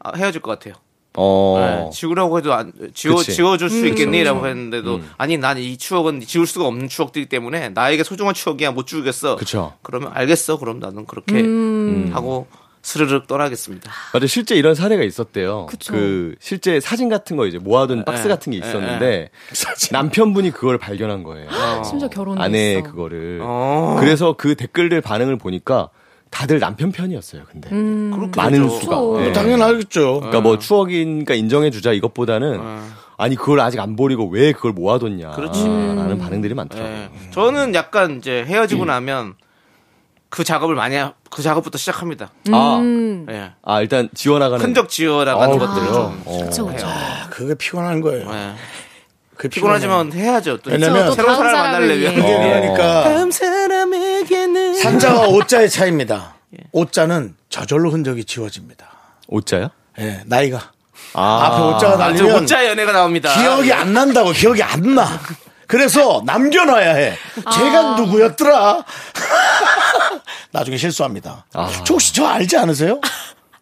Speaker 1: 아, 헤어질 것 같아요.
Speaker 6: 어.
Speaker 1: 네, 지우라고 해도 안, 지워
Speaker 6: 그치. 음.
Speaker 1: 지워줄
Speaker 7: 음.
Speaker 1: 수 있겠니라고 했는데도 아니 난 이 추억은 지울 수가 없는 추억들이기 때문에 나에게 소중한 추억이야 못 지우겠어.
Speaker 6: 그쵸.
Speaker 1: 그러면 알겠어. 그럼 나는 그렇게
Speaker 7: 음.
Speaker 1: 하고 스르륵 떠나겠습니다.
Speaker 6: 음. 맞아 실제 이런 사례가 있었대요.
Speaker 7: 그쵸.
Speaker 6: 그 실제 사진 같은 거 이제 모아둔 박스
Speaker 1: 예,
Speaker 6: 같은 게
Speaker 1: 예,
Speaker 6: 있었는데
Speaker 2: 네.
Speaker 6: 남편분이 그걸 발견한 거예요.
Speaker 1: 아.
Speaker 7: 심지어 결혼
Speaker 6: 아내의
Speaker 7: 했어.
Speaker 6: 그거를.
Speaker 1: 어.
Speaker 6: 그래서 그 댓글들 반응을 보니까 다들 남편 편이었어요. 근데
Speaker 1: 그렇게
Speaker 6: 많은
Speaker 1: 되죠.
Speaker 6: 수가.
Speaker 7: 음, 그쵸.
Speaker 6: 예.
Speaker 2: 어, 당연하겠죠.
Speaker 1: 어.
Speaker 6: 그러니까 뭐 추억이니까 인정해주자 이것보다는 아니 그걸 아직 안 버리고 왜 그걸 모아뒀냐.
Speaker 1: 예. 그렇지.
Speaker 7: 음.
Speaker 6: 라는 반응들이 많더라고요.
Speaker 1: 예. 저는 약간 이제
Speaker 6: 음.
Speaker 1: 헤어지고 나면 그 작업을 많이 하- 그 작업부터 시작합니다.
Speaker 6: 아,
Speaker 7: 음.
Speaker 1: 예.
Speaker 6: 아 일단 지원하가는. 그렇죠.
Speaker 1: 흔적 지워
Speaker 6: 어,
Speaker 1: 나가는 것들을 좀
Speaker 7: 그쵸, 그쵸.
Speaker 2: 아, 그게 피곤한 거예요.
Speaker 1: 예.
Speaker 2: 그게
Speaker 1: 피곤하지만 어. 해야죠. 또
Speaker 2: 왜냐면
Speaker 1: 새로운
Speaker 7: 다음
Speaker 1: 사람
Speaker 7: 사람을
Speaker 1: 만나려면
Speaker 7: 위해.
Speaker 2: 피곤해요. 그게 그러니까
Speaker 1: 사람에게는 예.
Speaker 2: 산자와 오자의 차이입니다. 오자는 저절로 흔적이 지워집니다.
Speaker 6: 오자요?
Speaker 2: 예, 나이가
Speaker 6: 아.
Speaker 2: 앞에 오자가
Speaker 1: 저
Speaker 2: 달리면
Speaker 1: 오짜 연애가 나옵니다. 예.
Speaker 2: 기억이 안 난다고 기억이 안 나. 그래서 남겨놔야 해.
Speaker 1: 아.
Speaker 2: 제가 누구였더라? 나중에 실수합니다.
Speaker 1: 아.
Speaker 2: 저 혹시 저 알지 않으세요?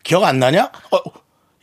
Speaker 2: 기억 안 나냐? 어,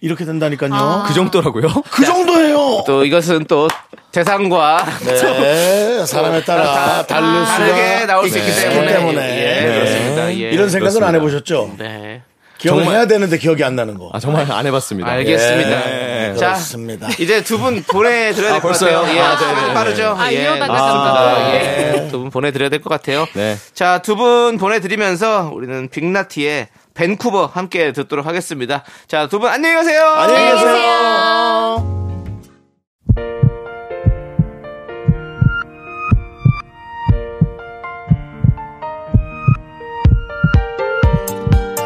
Speaker 2: 이렇게 된다니까요.
Speaker 1: 아.
Speaker 7: 아.
Speaker 6: 그 정도라고요?
Speaker 2: 그 정도예요.
Speaker 1: 또 이것은 또 대상과
Speaker 2: 네, 사람에 따라 다를
Speaker 1: 아, 다르게
Speaker 2: 수가
Speaker 1: 나올 수 있기
Speaker 2: 있기
Speaker 1: 때문에,
Speaker 2: 때문에.
Speaker 1: 예,
Speaker 2: 네.
Speaker 1: 그렇습니다. 예.
Speaker 2: 이런 생각은 안
Speaker 6: 그렇습니다.
Speaker 2: 해보셨죠?
Speaker 1: 네.
Speaker 2: 기억을 해야 되는데 기억이 안 나는 거.
Speaker 6: 아 정말 안 해봤습니다.
Speaker 1: 알겠습니다.
Speaker 2: 예,
Speaker 1: 네. 자,
Speaker 2: 그렇습니다.
Speaker 1: 이제 두 분 보내드려야 될 것 같아요. 예, 시간이 빠르죠.
Speaker 7: 아,
Speaker 1: 예,
Speaker 7: 이러다가
Speaker 1: 그렇습니다. 예, 두 분 보내드려야 될 것 같아요.
Speaker 6: 네.
Speaker 1: 자, 두 분 보내드리면서 우리는 빅나티의 밴쿠버 함께 듣도록 하겠습니다. 자, 두 분 안녕히 가세요. 안녕히 계세요.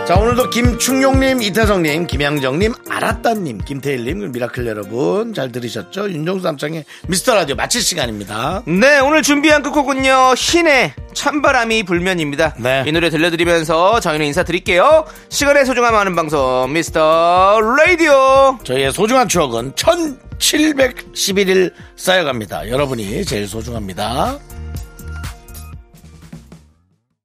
Speaker 2: 자 오늘도 김충용님, 이태성님, 김양정님, 아라따님, 김태일님, 미라클 여러분 잘 들으셨죠? 윤정수 남창의 미스터 라디오 마칠 시간입니다.
Speaker 1: 네, 오늘 준비한 끝곡은요. 신의 찬바람이 불면입니다.
Speaker 2: 네.
Speaker 1: 이 노래 들려드리면서 저희는 인사드릴게요. 시간의 소중함 아는 방송 미스터 라디오.
Speaker 2: 저희의 소중한 추억은 1711일 쌓여갑니다. 여러분이 제일 소중합니다.